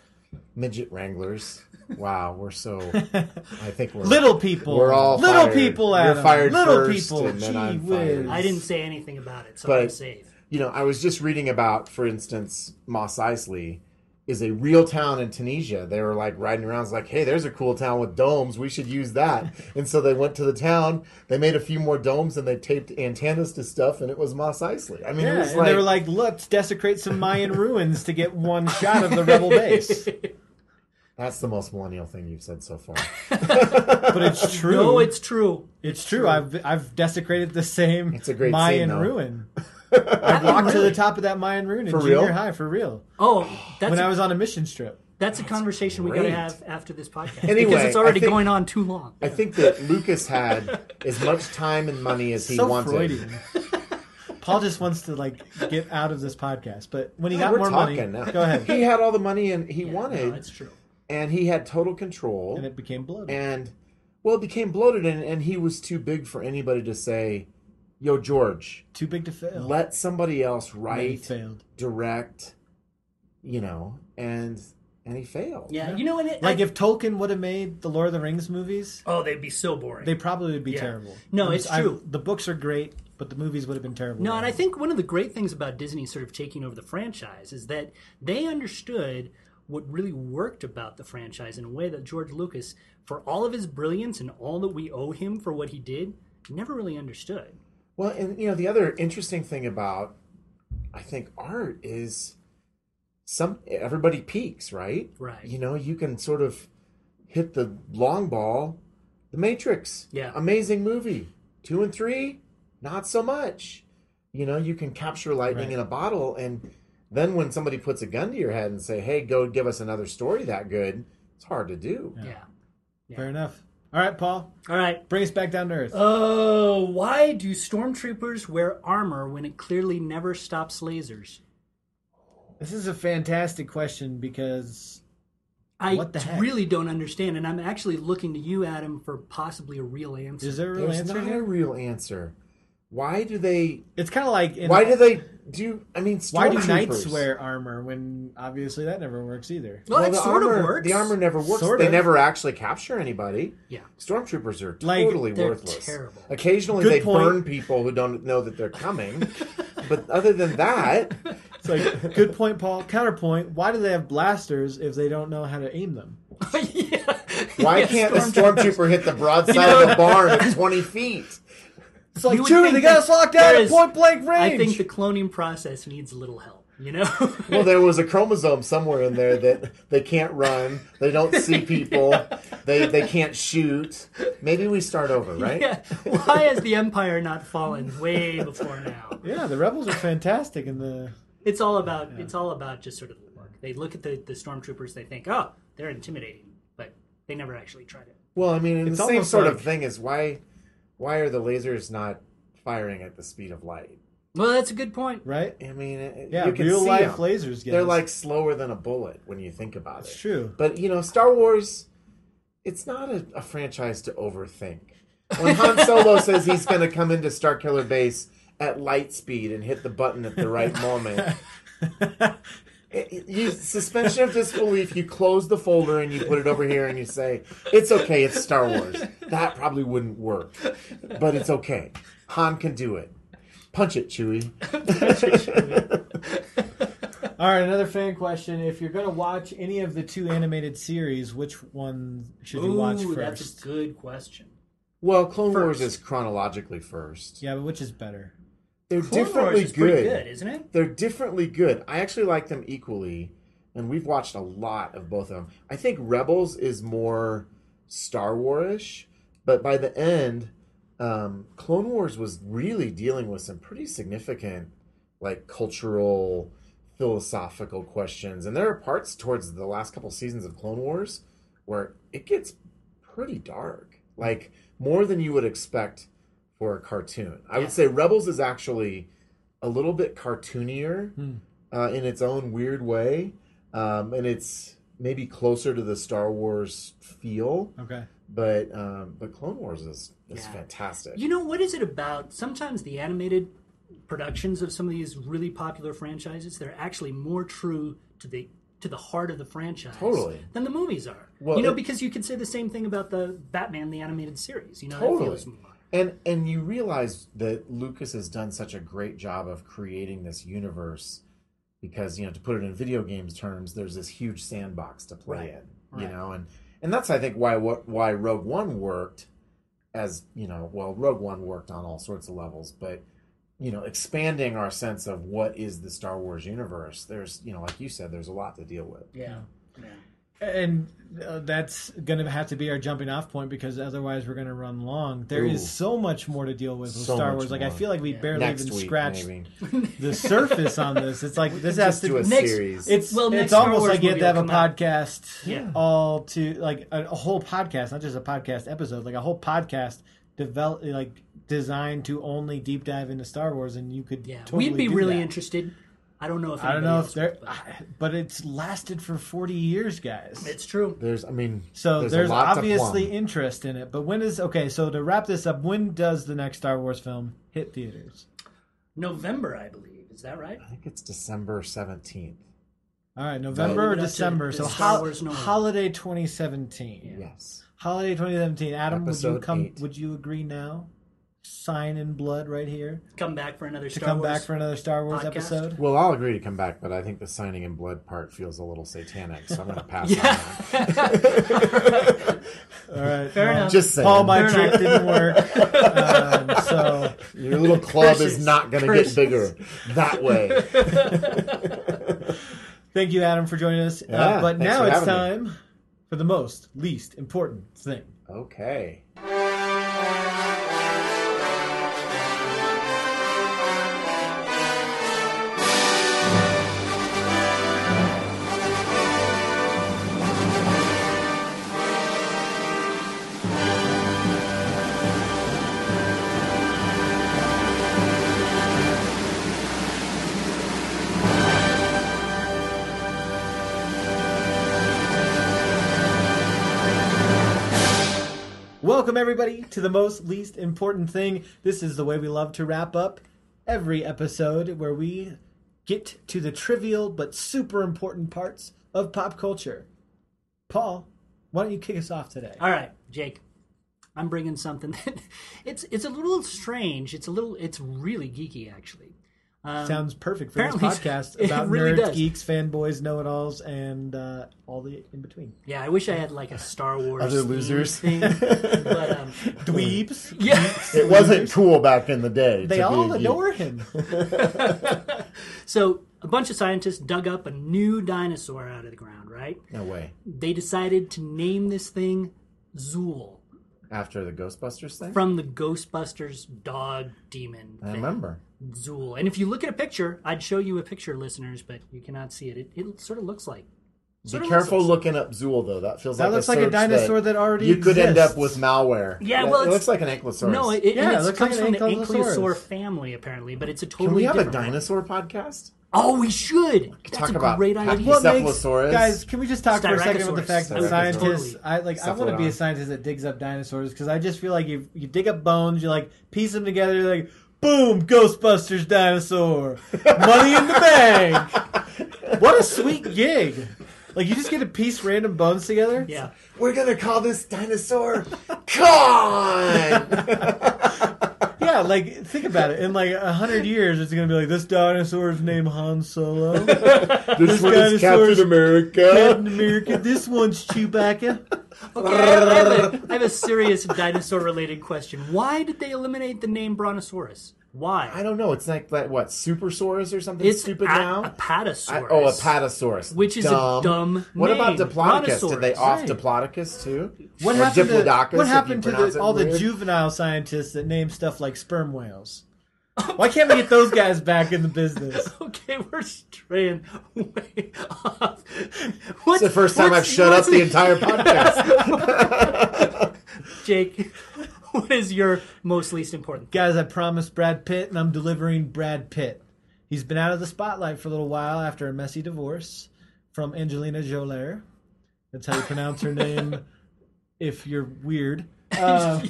S2: midget wranglers. Wow, we're so. I think we're
S1: little people.
S2: We're all
S1: little
S2: fired.
S1: people.
S2: You're
S1: Adam.
S2: fired
S1: little
S2: first,
S1: people.
S2: and then
S1: Gee
S2: I'm
S1: whiz.
S2: fired.
S3: I didn't say anything about it, so
S2: But-
S3: I'm safe.
S2: You know, I was just reading about, for instance, Moss Isley is a real town in Tunisia. They were like riding around, it's like, hey, there's a cool town with domes. We should use that. and so they went to the town. They made a few more domes and they taped antennas to stuff, and it was Moss Isley. I mean,
S1: Yeah,
S2: it was
S1: and they
S2: like,
S1: were like, let's desecrate some Mayan ruins to get one shot of the rebel base.
S2: that's the most millennial thing you've said so far.
S1: But it's true.
S3: No, it's true.
S1: It's true. I've I've desecrated the same
S2: It's a great
S1: Mayan
S2: scene, though.
S1: ruin. I walked to the top of that Mayan ruin in
S2: For
S1: junior
S2: real?
S1: high for real
S3: Oh, that's
S1: when
S3: a,
S1: I was on a mission trip.
S3: that's a conversation we got to
S2: great.
S3: have after this podcast
S2: Anyway,
S3: because it's already
S2: I think-
S3: going on too long.
S2: I think that Lucas had as much time and money as he
S1: so
S2: wanted.
S1: Freudian. Paul just wants to like get out of this podcast, but when he
S2: Yeah,
S1: got
S2: we're
S1: more money,
S2: talking now.
S1: go ahead.
S2: He had all the money and he
S3: No,
S2: wanted,
S3: it's true.
S2: and he had total control.
S1: And it became bloated.
S2: and well, it became bloated, and, and he was too big for anybody to say, "Yo, George,
S1: Too big to fail.
S2: let somebody else
S1: And he
S2: write,
S1: failed.
S2: direct, you know." And and he failed.
S3: Yeah, you know what? It,
S1: Like
S3: I-
S1: if Tolkien would have made the Lord of the Rings movies,
S3: oh, they'd be so boring.
S1: they probably would be
S3: Yeah.
S1: terrible.
S3: No,
S1: I'm-
S3: it's
S1: I'm-
S3: true.
S1: The books are great, but the movies would have been terrible.
S3: No, and I think one of the great things about Disney sort of taking over the franchise is that they understood what really worked about the franchise in a way that George Lucas, for all of his brilliance and all that we owe him for what he did, never really understood.
S2: Well, and you know the other interesting thing about I think art is some everybody peaks, right?
S3: Right.
S2: You know, you can sort of hit the long ball. The Matrix,
S3: Yeah.
S2: amazing movie. Two and three, not so much. You know, you can capture lightning in a bottle, and then when somebody puts a gun to your head and say, "Hey, go give us another story that good," it's hard to do.
S3: Yeah.
S1: fair enough. All right, Paul,
S3: All right.
S1: bring us back down to earth.
S3: Oh, why do stormtroopers wear armor when it clearly never stops lasers?
S1: This is a fantastic question because
S3: I
S1: What the heck?
S3: really don't understand, and I'm actually looking to you, Adam, for possibly a real answer.
S1: is there a real
S2: There's
S1: answer
S2: not
S1: here?
S2: a real answer. Why do they?
S1: It's kind of like in,
S2: Why do they do? I mean,
S1: why do knights
S2: stormtroopers.
S1: wear armor when obviously that never works either?
S3: well, it
S2: the
S3: sort
S2: armor,
S3: of works.
S2: The armor never works.
S1: Sort
S2: they
S1: of.
S2: never actually capture anybody.
S3: Yeah.
S2: Stormtroopers are
S1: Like,
S2: totally
S3: they're
S2: worthless.
S3: terrible.
S2: Occasionally,
S1: Good
S2: they
S1: point.
S2: burn people who don't know that they're coming. but other than that,
S1: It's like good point, Paul. Counterpoint: Why do they have blasters if they don't know how to aim them?
S3: yeah.
S2: why
S3: Yeah,
S2: can't a
S3: stormtroopers.
S2: stormtrooper hit the broadside of a barn at twenty feet?
S1: It's like
S3: You would
S1: Chewie,
S3: think
S1: they got
S3: that
S1: us locked down
S3: there
S1: at
S3: is-
S1: point blank range.
S3: I think the cloning process needs a little help, you know?
S2: Well, there was a chromosome somewhere in there that they can't run. They don't see people. They they can't shoot. Maybe we start over, right?
S3: yeah. Why has the Empire not fallen way before now?
S1: yeah, the rebels are fantastic in the
S3: It's all about it's all about just sort of the work. They look at the, the stormtroopers, they think, oh, they're intimidating, but they never actually tried it.
S2: Well, I mean, and
S1: It's
S2: the same
S1: almost
S2: sort
S1: like-
S2: of thing is why why are the lasers not firing at the speed of light?
S3: Well, that's a good point.
S1: right.
S2: I mean, it-
S1: Yeah,
S2: you can
S1: real
S2: see
S1: life
S2: 'em.
S1: lasers. Guys.
S2: They're like slower than a bullet when you think about
S1: it's
S2: it.
S1: true.
S2: But you know, Star Wars, it's not a, a franchise to overthink. When Han Solo says he's going to come into Starkiller Base at light speed and hit the button at the right moment, it- it- you suspension of disbelief. You close the folder and you put it over here and you say, "It's okay. It's Star Wars." That probably wouldn't work, but it's okay. Han can do it. Punch it, Chewie.
S1: All right, another fan question: If you're going to watch any of the two animated series, which one should you watch
S3: Ooh,
S1: first?
S3: that's a good question.
S2: Well, Clone Wars
S3: First.
S2: is chronologically first.
S1: Yeah, but which is better?
S2: They're
S3: Clone Wars
S2: differently
S3: is pretty
S2: good.
S3: good, isn't it?
S2: They're differently good. I actually like them equally, and we've watched a lot of both of them. I think Rebels is more Star Warish, but by the end, um, Clone Wars was really dealing with some pretty significant, like cultural, philosophical questions. And there are parts towards the last couple seasons of Clone Wars where it gets pretty dark, like more than you would expect for a cartoon. I would say Rebels is actually a little bit cartoonier uh, in its own weird way, um, and it's maybe closer to the Star Wars feel.
S1: Okay.
S2: But um, but Clone Wars is is
S3: Yeah.
S2: fantastic.
S3: You know what is it about? Sometimes the animated productions of some of these really popular franchises they're actually more true to the to the heart of the franchise
S2: Totally.
S3: than the movies are.
S2: Well,
S3: you know,
S2: it-
S3: because you could say the same thing about the Batman the animated series. You know, that
S2: totally.
S3: feels more.
S2: And and you realize that Lucas has done such a great job of creating this universe because you know to put it in video games terms, there's this huge sandbox to play
S3: Right.
S2: in. You
S3: Right.
S2: know, and and that's I think why what why Rogue One worked as you know well Rogue One worked on all sorts of levels, but you know expanding our sense of what is the Star Wars universe. There's you know like you said, there's a lot to deal with.
S3: Yeah. yeah.
S1: and uh, that's going to have to be our jumping off point because otherwise we're going to run long. There is
S2: Ooh.
S1: so much more to deal with with
S2: So
S1: Star
S2: much
S1: Wars. Like I
S2: more.
S1: feel like we barely
S2: Next
S1: even
S2: week,
S1: scratched
S2: maybe.
S1: the surface on this. It's like this has
S2: Just
S1: to
S2: do a
S3: next-
S2: series.
S1: It's
S3: Well, next
S1: it's
S3: Star
S1: almost
S3: Wars
S1: like you have
S3: movie
S1: to have a
S3: will come out.
S1: podcast,
S3: Yeah.
S1: all to like a, a whole podcast, not just a podcast episode, like a whole podcast develop like designed to only deep dive into Star Wars, and you could
S3: Yeah.
S1: totally
S3: We'd be
S1: do
S3: really
S1: that.
S3: interested. I don't know if
S1: I don't
S3: anybody
S1: know
S3: else
S1: if there,
S3: would, but
S1: but it's lasted for forty years, guys.
S3: it's true.
S2: there's I mean
S1: so
S2: there's,
S1: there's,
S2: a lot to
S1: obviously
S2: plumb.
S1: interest in it. But when is okay? So to wrap this up, when does the next Star Wars film hit theaters?
S3: November, I believe. Is that right?
S2: I think it's December 17th.
S1: All right, November or
S3: Leave it up to
S1: December.
S3: the
S1: So
S3: Star
S1: ho-
S3: Wars November.
S1: holiday 2017.
S2: Yes.
S1: Holiday 2017. Adam, would you
S2: Episode
S1: come?
S2: eight.
S1: Would you agree now? Sign in blood right here
S3: Come back for another
S1: to
S3: Star
S1: come
S3: Wars.
S1: back for another Star Wars
S3: podcast?
S1: episode.
S2: Well, I'll agree to come back, but I think the signing in blood part feels a little satanic, so I'm going to pass on
S3: Yeah.
S1: All right, well,
S3: Fair
S2: that.
S3: enough.
S2: Just saying.
S1: All my
S3: Fair
S1: trick
S3: enough.
S1: didn't work. um, so
S2: Your little club
S3: Curses.
S2: is not going to
S3: Curses.
S2: get bigger that way.
S1: Um, thank you, Adam, for joining us. uh,
S2: Yeah,
S1: but
S2: thanks
S1: now
S2: for
S1: it's
S2: having
S1: time for the most least important thing.
S2: Okay.
S1: Welcome everybody to the most least important thing. This is the way we love to wrap up every episode where we get to the trivial but super important parts of pop culture. Paul, why don't you kick us off today?
S3: All right, Jake. I'm bringing something that it's it's a little strange. It's a little it's really geeky actually. Um,
S1: Sounds perfect for this
S3: apparently-
S1: podcast
S3: it
S1: about
S3: really
S1: nerds,
S3: does.
S1: geeks, fanboys, know-it-alls, and uh, all the in between.
S3: yeah, I wish I had like a Star Wars
S2: Other
S3: themed
S2: losers.
S3: thing, but um,
S1: Dweebs.
S3: yeah.
S2: It wasn't cool back in the day.
S1: They all adore him.
S3: So a bunch of scientists dug up a new dinosaur out of the ground. Right?
S2: No way.
S3: They decided to name this thing Zool
S2: After the Ghostbusters thing?
S3: from the Ghostbusters dog demon.
S2: I
S3: thing.
S2: remember.
S3: Zool. And if you look at a picture, I'd show you a picture, listeners, but you cannot see it. It, it sort of looks like.
S2: Be
S3: sort of looks
S2: careful
S3: like-
S2: looking up Zool, though. That feels
S1: That
S2: like
S1: looks
S2: a
S1: like a
S2: search
S1: dinosaur that already
S2: You could end
S1: exists.
S2: up with malware.
S3: Yeah, well,
S2: it
S3: it's-
S2: looks like an ankylosaurus.
S3: No, it,
S1: Yeah, it
S3: it
S1: looks
S3: comes
S1: like
S3: from
S1: an
S3: the
S1: ankylosaurus.
S3: ankylosaur family, apparently, but it's a totally
S2: Can we have a
S3: different one.
S2: dinosaur podcast?
S3: Oh, we should. That's
S2: Talk
S3: a
S2: about
S3: great
S2: pack-
S3: idea.
S1: What makes
S2: Cephalosaurus.
S1: guys? Can we just talk for a second about the
S3: Styracosaurus.
S1: fact that
S2: Styracosaurus.
S1: scientists?
S3: Totally.
S1: I like. I want to be a
S2: Cephalodon.
S1: scientist that digs up dinosaurs because I just feel like you you dig up bones, you like piece them together, you're like boom, Ghostbusters dinosaur, money in the bank. what a sweet gig! Like you just get to piece random bones together.
S3: yeah.
S2: We're gonna call this dinosaur Con.
S1: Yeah, like think about it. In like a hundred years, it's gonna be like this dinosaur's name Han Solo,
S2: this
S1: one is dinosaur's Captain Captain
S2: America.
S1: America. This one's Chewbacca.
S3: Okay, I have a- I have a serious dinosaur related question. Why did they eliminate the name Brontosaurus? Why?
S2: I don't know. It's like that what Supersaurus or something
S3: it's
S2: stupid
S3: a,
S2: now.
S3: apatosaurus.
S2: I- oh, Apatosaurus,
S3: Which is a dumb
S2: What about
S3: name.
S2: Diplodocus? Did they off
S1: Right.
S2: Diplodocus too?
S1: What
S2: Or
S1: happened to,
S2: Diplodocus,
S1: what
S2: if you
S1: happened to
S2: pronounce
S1: the,
S2: it
S1: all the
S2: weird?
S1: juvenile scientists that name stuff like sperm whales? Why can't we get those guys back in the business?
S3: Okay, we're straying way off. What's
S2: It's the first time I've
S3: what's-
S2: shut up
S3: what's-
S2: the entire podcast.
S3: Jake, what is your most least important?
S1: Guys, I promised Brad Pitt, and I'm delivering Brad Pitt. He's been out of the spotlight for a little while after a messy divorce from Angelina Jolie. That's how you pronounce her name if you're weird. Uh,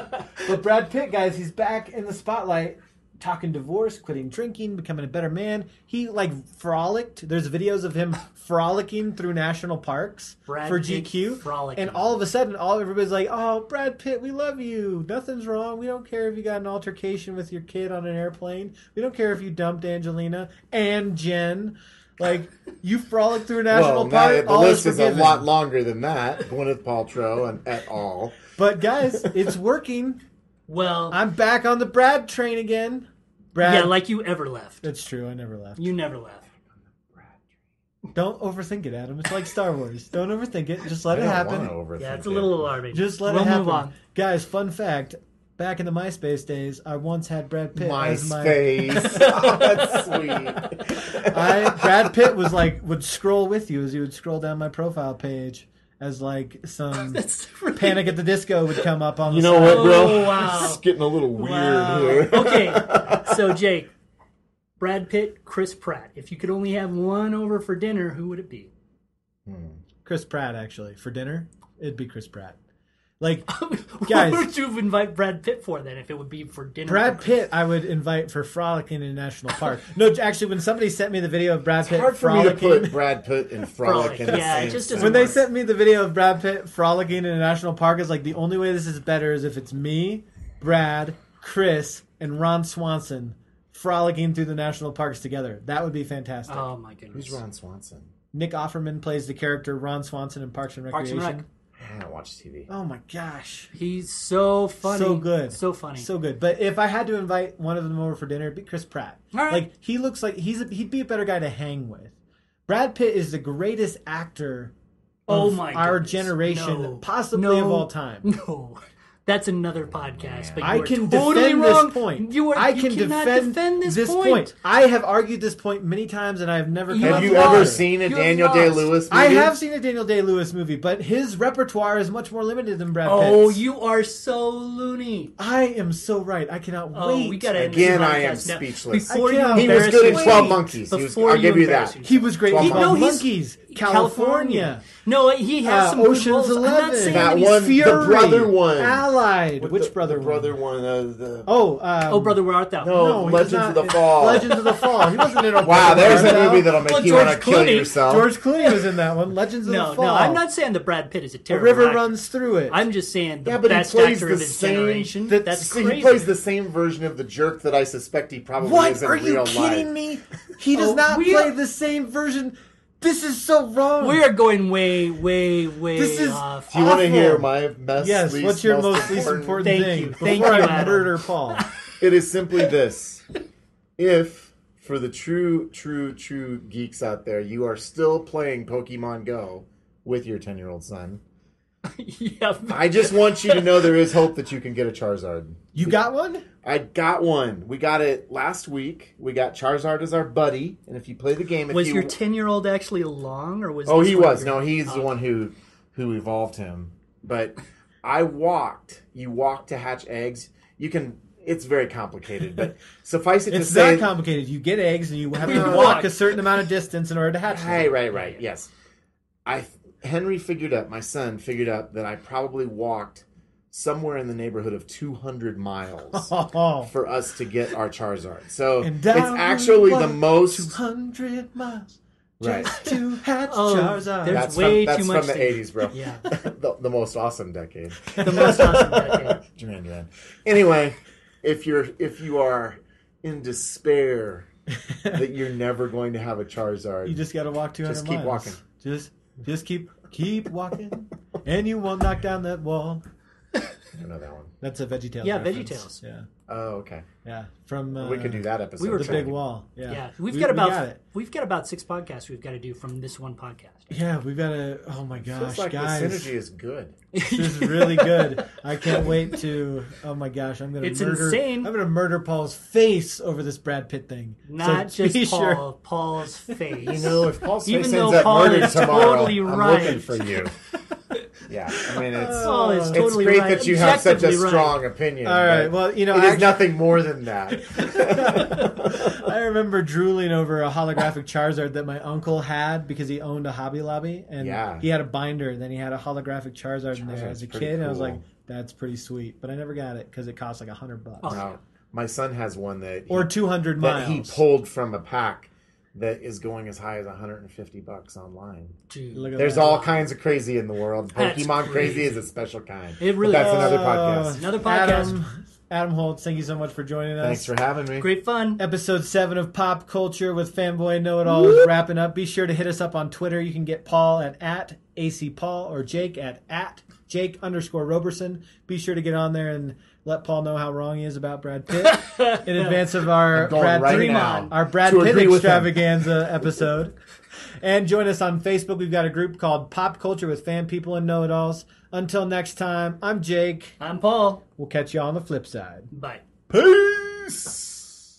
S1: But Brad Pitt, guys, he's back in the spotlight, talking divorce, quitting drinking, becoming a better man. He like frolicked. There's videos of him frolicking through national parks
S3: Brad
S1: for
S3: Pitt
S1: GQ,
S3: frolicking.
S1: and all of a sudden, all everybody's like, "Oh, Brad Pitt, we love you. Nothing's wrong. We don't care if you got an altercation with your kid on an airplane. We don't care if you dumped Angelina and Jen." Like you frolic through a national
S2: Well, now,
S1: park,
S2: the
S1: all
S2: list is a
S1: forgiven.
S2: lot longer than that. Gwyneth Paltrow and et al.
S1: But guys, it's working.
S3: Well,
S1: I'm back on the Brad train again. Brad,
S3: yeah, like you ever left.
S1: That's true. I never left.
S3: You never left.
S1: Don't overthink it, Adam. It's like Star Wars. Don't overthink it. Just let
S2: I
S1: it
S2: don't wanna
S1: happen.
S2: overthink
S3: Yeah, it's a
S2: it.
S3: little alarming.
S1: Just let
S3: we'll
S1: it happen.
S3: move on.
S1: Guys, fun fact. Back in the MySpace days, I once had Brad Pitt uh, as my
S2: MySpace. oh, that's sweet.
S1: I Brad Pitt was like would scroll with you as he would scroll down my profile page as like some
S3: That's really-
S1: Panic at the Disco would come up on
S2: You
S1: the
S2: know
S1: side.
S2: what, bro?
S3: Oh, wow.
S2: It's getting a little weird
S3: Wow.
S2: here.
S3: okay, so Jake, Brad Pitt, Chris Pratt. If you could only have one over for dinner, who would it be?
S1: Chris Pratt actually for dinner. It'd be Chris Pratt. Like Guys.
S3: Guys, what would you invite Brad Pitt for then? If it would be for dinner,
S1: Brad Pitt, I would invite for frolicking in a national park. No, actually, when somebody sent me the video of Brad Pitt
S2: Hard for me to
S1: frolicking,
S2: put Brad Pitt and Frolic in the
S3: Yeah, it
S2: same
S3: just
S2: sentence.
S3: doesn't
S1: when they
S3: work.
S1: sent me the video of Brad Pitt frolicking in a national park, is like the only way this is better is if it's me, Brad, Chris, and Ron Swanson frolicking through the national parks together. That would be fantastic.
S3: Oh my goodness.
S2: Who's Ron Swanson?
S1: Nick Offerman plays the character Ron Swanson in Parks and
S3: Parks
S1: Recreation.
S3: and Rec.
S2: I don't watch TV.
S1: Oh my gosh.
S3: He's so funny.
S1: So good.
S3: So funny.
S1: So good. But if I had to invite one of them over for dinner, it'd be Chris Pratt.
S3: All right.
S1: Like he looks like he's a, he'd be a better guy to hang with. Brad Pitt is the greatest actor
S3: oh
S1: of
S3: my
S1: our
S3: goodness.
S1: generation,
S3: No.
S1: possibly
S3: No.
S1: of all time.
S3: No. That's another podcast. But you
S1: I
S3: are
S1: can
S3: totally
S1: defend
S3: wrong.
S1: this point.
S3: You are
S1: I
S3: you
S1: can
S3: cannot
S1: defend,
S3: this,
S1: I have argued this point many times, and I have never.
S3: You
S1: come
S2: Have
S1: up
S2: you
S1: with
S2: ever
S1: it.
S3: lost.
S2: seen a
S3: You have
S2: Daniel Day Lewis
S3: lost.
S2: movie?
S1: I have seen a Daniel Day Lewis movie, but his repertoire is much more limited than Brad Pitt's.
S3: Oh, you are so loony.
S1: I am so right. I cannot
S3: Oh,
S1: wait.
S3: we gotta end
S2: Again,
S3: this
S2: I am
S3: podcast now.
S2: speechless.
S3: Before
S1: I
S3: you
S1: can't.
S2: He was
S3: embarrass
S2: good in
S1: Wait.
S3: yourself-
S2: 12 Monkeys. He was,
S3: Before
S2: I'll
S3: you
S2: give you
S3: embarrass
S2: that.
S3: yourself.
S1: He was great.
S2: Well,
S1: He
S2: no,
S1: called
S3: he's-
S1: monkeys, California.
S3: California. No, he has
S1: Uh,
S3: some good
S1: Ocean's
S3: roles. I'm not
S1: 11.
S3: saying
S2: That
S3: that he's
S2: one-
S3: fe-
S1: Fury,
S2: brother one.
S1: Allied. Which
S2: The-
S1: brother?
S2: The
S1: one?
S2: brother one. Uh, the,
S1: Oh, um,
S3: Oh, brother, where art thou?
S2: No.
S1: he was
S2: Legends
S1: not
S2: of the
S1: in-
S2: Fall.
S1: Legends of the Fall. He wasn't in a
S2: wow, there's a movie that'll make
S3: Well,
S2: you want to
S3: George
S2: kill
S3: Clooney.
S2: yourself.
S1: George Clooney was in that one. Legends of
S3: No,
S1: the Fall.
S3: no, I'm not saying that Brad Pitt is a
S1: A
S3: terrible
S1: river
S3: actor.
S1: runs through it.
S3: I'm just saying the
S2: yeah, but he
S3: best
S2: plays
S3: actor
S2: the
S3: of his
S2: same.
S3: generation.
S2: that-
S3: That's
S2: so
S3: crazy.
S2: He plays the same version of the jerk that I suspect he probably is
S1: what
S2: in
S1: are you
S2: real life.
S1: kidding me? He does
S3: Oh,
S1: not
S3: we
S1: play
S3: are-
S1: the same version. This is so wrong.
S3: We are going way, way, way
S1: This is-
S3: off.
S2: Do you want to
S1: Awful.
S2: hear my best?
S1: Yes.
S2: least,
S1: what's your most,
S2: most
S1: least important
S3: Thank
S1: thing
S3: you,
S1: before
S3: thank
S1: I
S3: you, Adam.
S1: murder Paul?
S2: It is simply this. if for the true, true, true geeks out there, you are still playing Pokemon Go with your 10 year old son,
S3: yeah,
S2: I just want you to know there is hope that you can get a Charizard.
S1: You got one?
S2: I got one. We got it last week. We got Charizard as our buddy. And if you play the game, if
S3: was
S2: you,
S3: your ten-year-old actually long, or was
S2: Oh,
S3: this
S2: he
S3: one of
S2: was.
S3: your-
S2: No, he's the one who who evolved him. But I walked. You walk to hatch eggs. You can. It's very complicated, but suffice it
S1: It's
S2: to say.
S1: not complicated. You get eggs and you have to
S3: No.
S1: walk a certain amount of distance in order to hatch
S2: Right,
S1: them.
S2: right, right. Yes, I Henry figured up. My son figured up that I probably walked somewhere in the neighborhood of 200 miles
S1: Oh,
S2: for us to get our Charzard. So
S1: And
S2: it's
S1: down we
S2: actually the
S1: walked
S2: most.
S1: 200 miles
S2: Right.
S1: just to hatch
S3: Oh,
S1: Charizard.
S3: there's-
S2: That's
S3: way
S2: from, that's
S3: too
S2: from
S3: much
S2: the
S3: to-
S2: 80s, bro.
S3: Yeah,
S2: the, the most awesome decade.
S3: the most awesome decade.
S2: Duran Duran. Anyway, if you're if you are in despair that you're never going to have a Charizard,
S1: You just got to walk 200
S2: Just keep
S1: miles.
S2: walking.
S1: Just just keep keep walking and you won't knock down that wall.
S2: I don't know that one.
S1: That's a VeggieTales.
S3: Yeah,
S1: reference.
S3: VeggieTales.
S1: Yeah.
S2: Oh, okay.
S1: Yeah, from uh,
S2: we could do that episode.
S3: we were
S1: The
S3: trying.
S1: Big Wall. Yeah.
S3: Yeah, we've
S1: We-
S3: got
S1: we
S3: about
S1: it.
S3: we've got about six podcasts we've got to do from this one podcast.
S1: Yeah, we've got a Oh my gosh,
S2: Feels like
S1: guys.
S2: the synergy is good.
S1: This is really good. I can't wait to. Oh my gosh, I'm gonna.
S3: It's
S1: murder,
S3: insane.
S1: I'm gonna murder Paul's face over this Brad Pitt thing. So
S3: Not
S1: be
S3: just Paul,
S1: sure-
S3: Paul's face.
S2: You know, if Paul
S3: Even
S2: Space
S3: though
S2: ends up
S3: Paul
S2: murdered
S3: is
S2: tomorrow,
S3: totally
S2: I'm
S3: right.
S2: looking for you. Yeah, I mean it's
S3: Oh, it's
S2: it's
S3: totally
S2: great
S3: right.
S2: that you have such a
S3: Objectively right.
S2: strong opinion.
S1: All right,
S2: but
S1: well, you know,
S2: it is
S1: actu-
S2: nothing more than that.
S1: I remember drooling over a holographic Charizard that my uncle had because he owned a Hobby Lobby, and
S2: Yeah.
S1: he had a binder. And then he had a holographic Charizard, in there
S2: Charizard's
S1: as a kid,
S2: pretty
S1: and I was
S2: cool.
S1: like, "That's pretty sweet," but I never got it because it cost like a hundred bucks
S3: Oh.
S2: No, Um, my son has one that he,
S1: or two hundred
S2: that he
S1: miles.
S2: pulled from a pack that is going as high as 150 bucks online.
S3: Dude,
S1: Look at
S2: There's
S1: that.
S2: all kinds of crazy in the world.
S3: That's
S2: Pokemon crazy
S3: crazy.
S2: is a special kind.
S3: It really
S2: But that's
S3: is.
S2: another
S1: Uh,
S2: podcast.
S3: Another
S1: Adam, Adam Holtz, thank you so much for joining us.
S2: Thanks for having me.
S3: great fun.
S1: Episode 7 of Pop Culture with Fanboy Know It All is wrapping up. Be sure to hit us up on Twitter. You can get Paul at, at AC Paul or Jake at, at Jake underscore Roberson. Be sure to get on there and let Paul know how wrong he is about Brad Pitt in advance of our
S2: I'm going
S1: Brad,
S2: right
S1: Pitt-
S2: now
S1: our Brad
S2: to
S1: Pitt
S2: agree with him.
S1: extravaganza episode. And join us on Facebook. We've got a group called Pop Culture with Fan People and Know It Alls. Until next time, I'm Jake.
S3: I'm Paul.
S1: We'll catch you on the flip side.
S3: Bye.
S2: Peace.